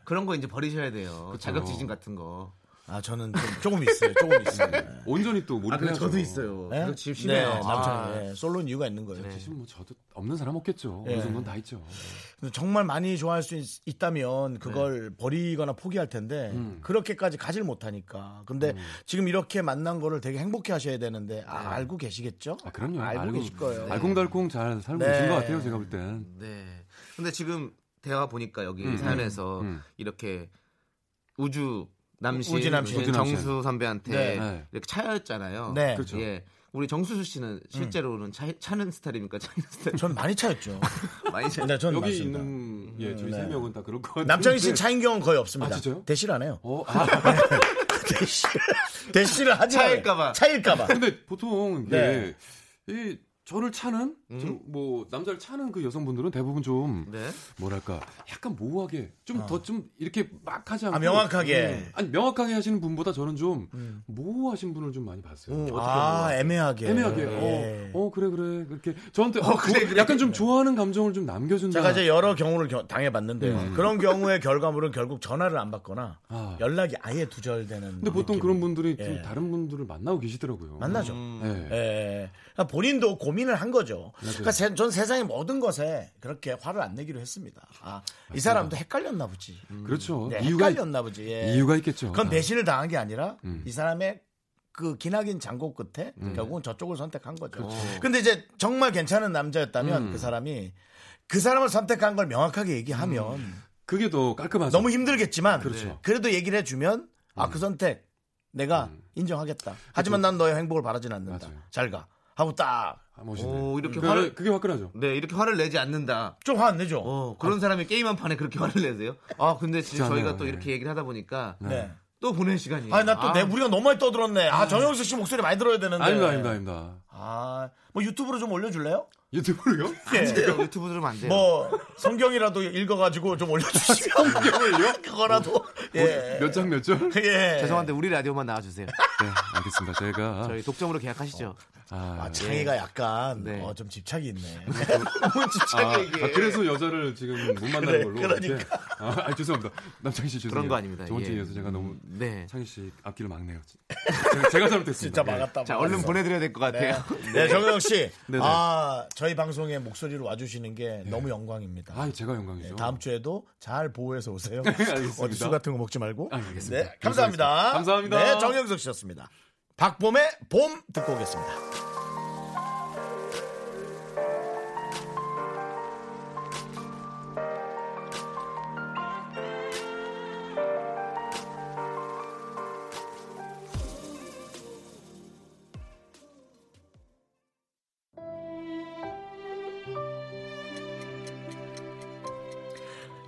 그런 거 이제 버리셔야 돼요. 자격지심 같은 거.
아 저는 좀, 조금 있어요. 조금 있어요. 예.
네. 온전히 또 몰입해요.
있어요.
예?
네. 그거 지금
네,
심해요.
남자
아.
예, 솔로인 이유가 있는 거예요.
사실
네.
뭐 저도 없는 사람 없겠죠.
예.
어느 정도는 다 있죠.
근데 정말 많이 좋아할 수 있, 다면 그걸
네.
버리거나 포기할 텐데
음.
그렇게까지 가질 못하니까. 근데 지금 이렇게 만난 거를 되게 행복해 하셔야 되는데 아, 알고 계시겠죠?
네. 아, 그럼요.
알고,
알고-
계실 거예요.
알콩달콩 잘 살고
네.
계신 것 같아요. 제가 볼 땐.
네. 근데 지금 대화 보니까
음,
여기 사연에서 이렇게 우주 남신,
우주 남신.
우주 남신.
정수 선배한테
네.
이렇게 차였잖아요.
네.
그렇죠.
예. 우리 정수수 씨는 실제로는 차, 차는 스타일입니까? 차는
[LAUGHS]
스타일
전 네. 많이 차였죠.
많이 차.
네, 전
여기
맞습니다.
있는 예, 저희
네.
세 명은 다 그럴 것 같아요.
남창희 씨는 차인 경우는 거의 없습니다.
아, 진짜요?
대실 안 해요.
어, 아,
[LAUGHS] 대실, 대실을 하지 않아요.
차일까봐.
차일까봐.
근데 보통 이게
네. 음.
이 저를 차는 지금 뭐 남자를 차는 그 여성분들은 대부분 좀
네.
뭐랄까 약간 모호하게 좀 더 좀 이렇게 막 하지 않고
어. 아,
음.
명확하게. 음.
아니 명확하게 하시는 분보다 저는 좀 모호하신 분을 좀 많이 [LAUGHS] 봤어요. 어떻게
아 애매하게.
애매하게
예.
어, 어 그래 그래 그렇게 저한테 어, 그래, 그래, 약간 좀 좋아하는 감정을 좀 남겨준다.
제가 이제 여러 경우를 겨- 당해봤는데요. 그런 경우의 결과물은 결국 전화를 안 받거나
음. 아.
연락이 아예 두절되는.
근데 보통
느낌.
그런 분들이 좀
예.
다른 분들을 만나고 계시더라고요.
만나죠.
예.
예. 그러니까 본인도 고민을 한 거죠. 그러니까 세- 전 세상의 모든 것에 그렇게 화를 안 내기로 했습니다. 아, 이 사람도 헷갈렸나 보지.
그렇죠.
네,
이유가
헷갈렸나 보지. 예.
이유가 어. 음. 있겠죠. 아,
그건 배신을 당한 게 아니라 이 사람의 그 기나긴 장고 끝에
음.
결국은 저쪽을 선택한 거죠.
그렇죠.
근데 이제 정말 괜찮은
음.
남자였다면 그 사람이 그 사람을 선택한 걸 명확하게 얘기하면
음. 그게 더 깔끔하죠.
너무 힘들겠지만 네.
그렇죠.
그래도 얘기를 해주면 아 그 선택 내가 인정하겠다. 하지만 난 너의 행복을 바라진 않는다.
맞아요.
잘 가. 하고 딱
아, 멋있네.
오, 이렇게
그게,
화를-
그게 화끈하죠.
네, 이렇게 화를 내지 않는다.
좀 화 안 내죠?
어, 그런 사람이 게임 한 판에 그렇게 화를 내세요? 아, 근데 지금
그렇지 않아요.
저희가 또
네.
이렇게 얘기를 하다 보니까
네.
또 보낼 시간이.
아니, 나또 내, 우리가 너무 많이 떠들었네. 아, 정영수 씨 목소리 많이 들어야 되는데.
아닙니다, 아닙니다, 아닙니다.
아, 뭐 유튜브로 좀 올려줄래요?
유튜브로요?
예.
유튜브 들으면 안 돼요.
뭐, 성경이라도 읽어가지고 좀 올려주시면. 성경을요? [LAUGHS] 그거라도. 예.
몇 장 뭐, 몇 절? 네,
예.
죄송한데 우리 라디오만 나와주세요.
알겠습니다. 제가
저희 독점으로 계약하시죠.
아,
아, 창희가 약간,
네.
어, 좀 집착이 있네.
아, 아, 그래서 여자를 지금 못 만나는
그래,
걸로.
그러니까.
이렇게. 아, 아, 죄송합니다. 남창희 씨 죄송해요.
그런 거 아닙니다.
저번 주에
예.
이어서 제가 너무
네.
창희 씨
[LAUGHS]
앞길을 막네요. 제가, 제가 잘못했습니다.
음,
네.
진짜 막았다.
자, 얼른
막았어.
보내드려야 될 것 같아요. [LAUGHS]
네, 정영 씨.
네네. 네.
아, 저희 방송에 목소리로 와주시는 게 너무 영광입니다.
아, 제가 영광이죠.
네, 다음 주에도 잘 보호해서
[LAUGHS]
오세요.
알겠습니다. 아,
어디 술 같은 거 먹지 말고.
알겠습니다.
네, 감사합니다.
감사합니다.
네, 정영석 씨였습니다. 박봄의 봄 듣고 오겠습니다.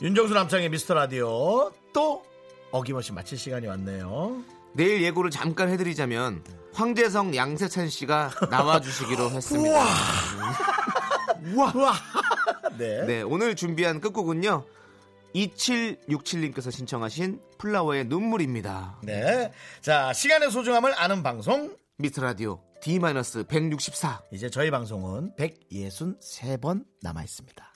윤정수 남창의 미스터 라디오 또 어김없이 마칠 시간이 왔네요.
내일 예고를 잠깐 해드리자면 황재성 양세찬 씨가
[LAUGHS]
나와주시기로 했습니다.
[LAUGHS]
우와. 우와. [LAUGHS] 네.
네, 오늘 준비한 끝곡은요. 2767님께서 신청하신 플라워의 눈물입니다.
네. 자, 시간의 소중함을 아는 방송.
미스터 라디오 D-164.
이제 저희 방송은 163번 남아 있습니다.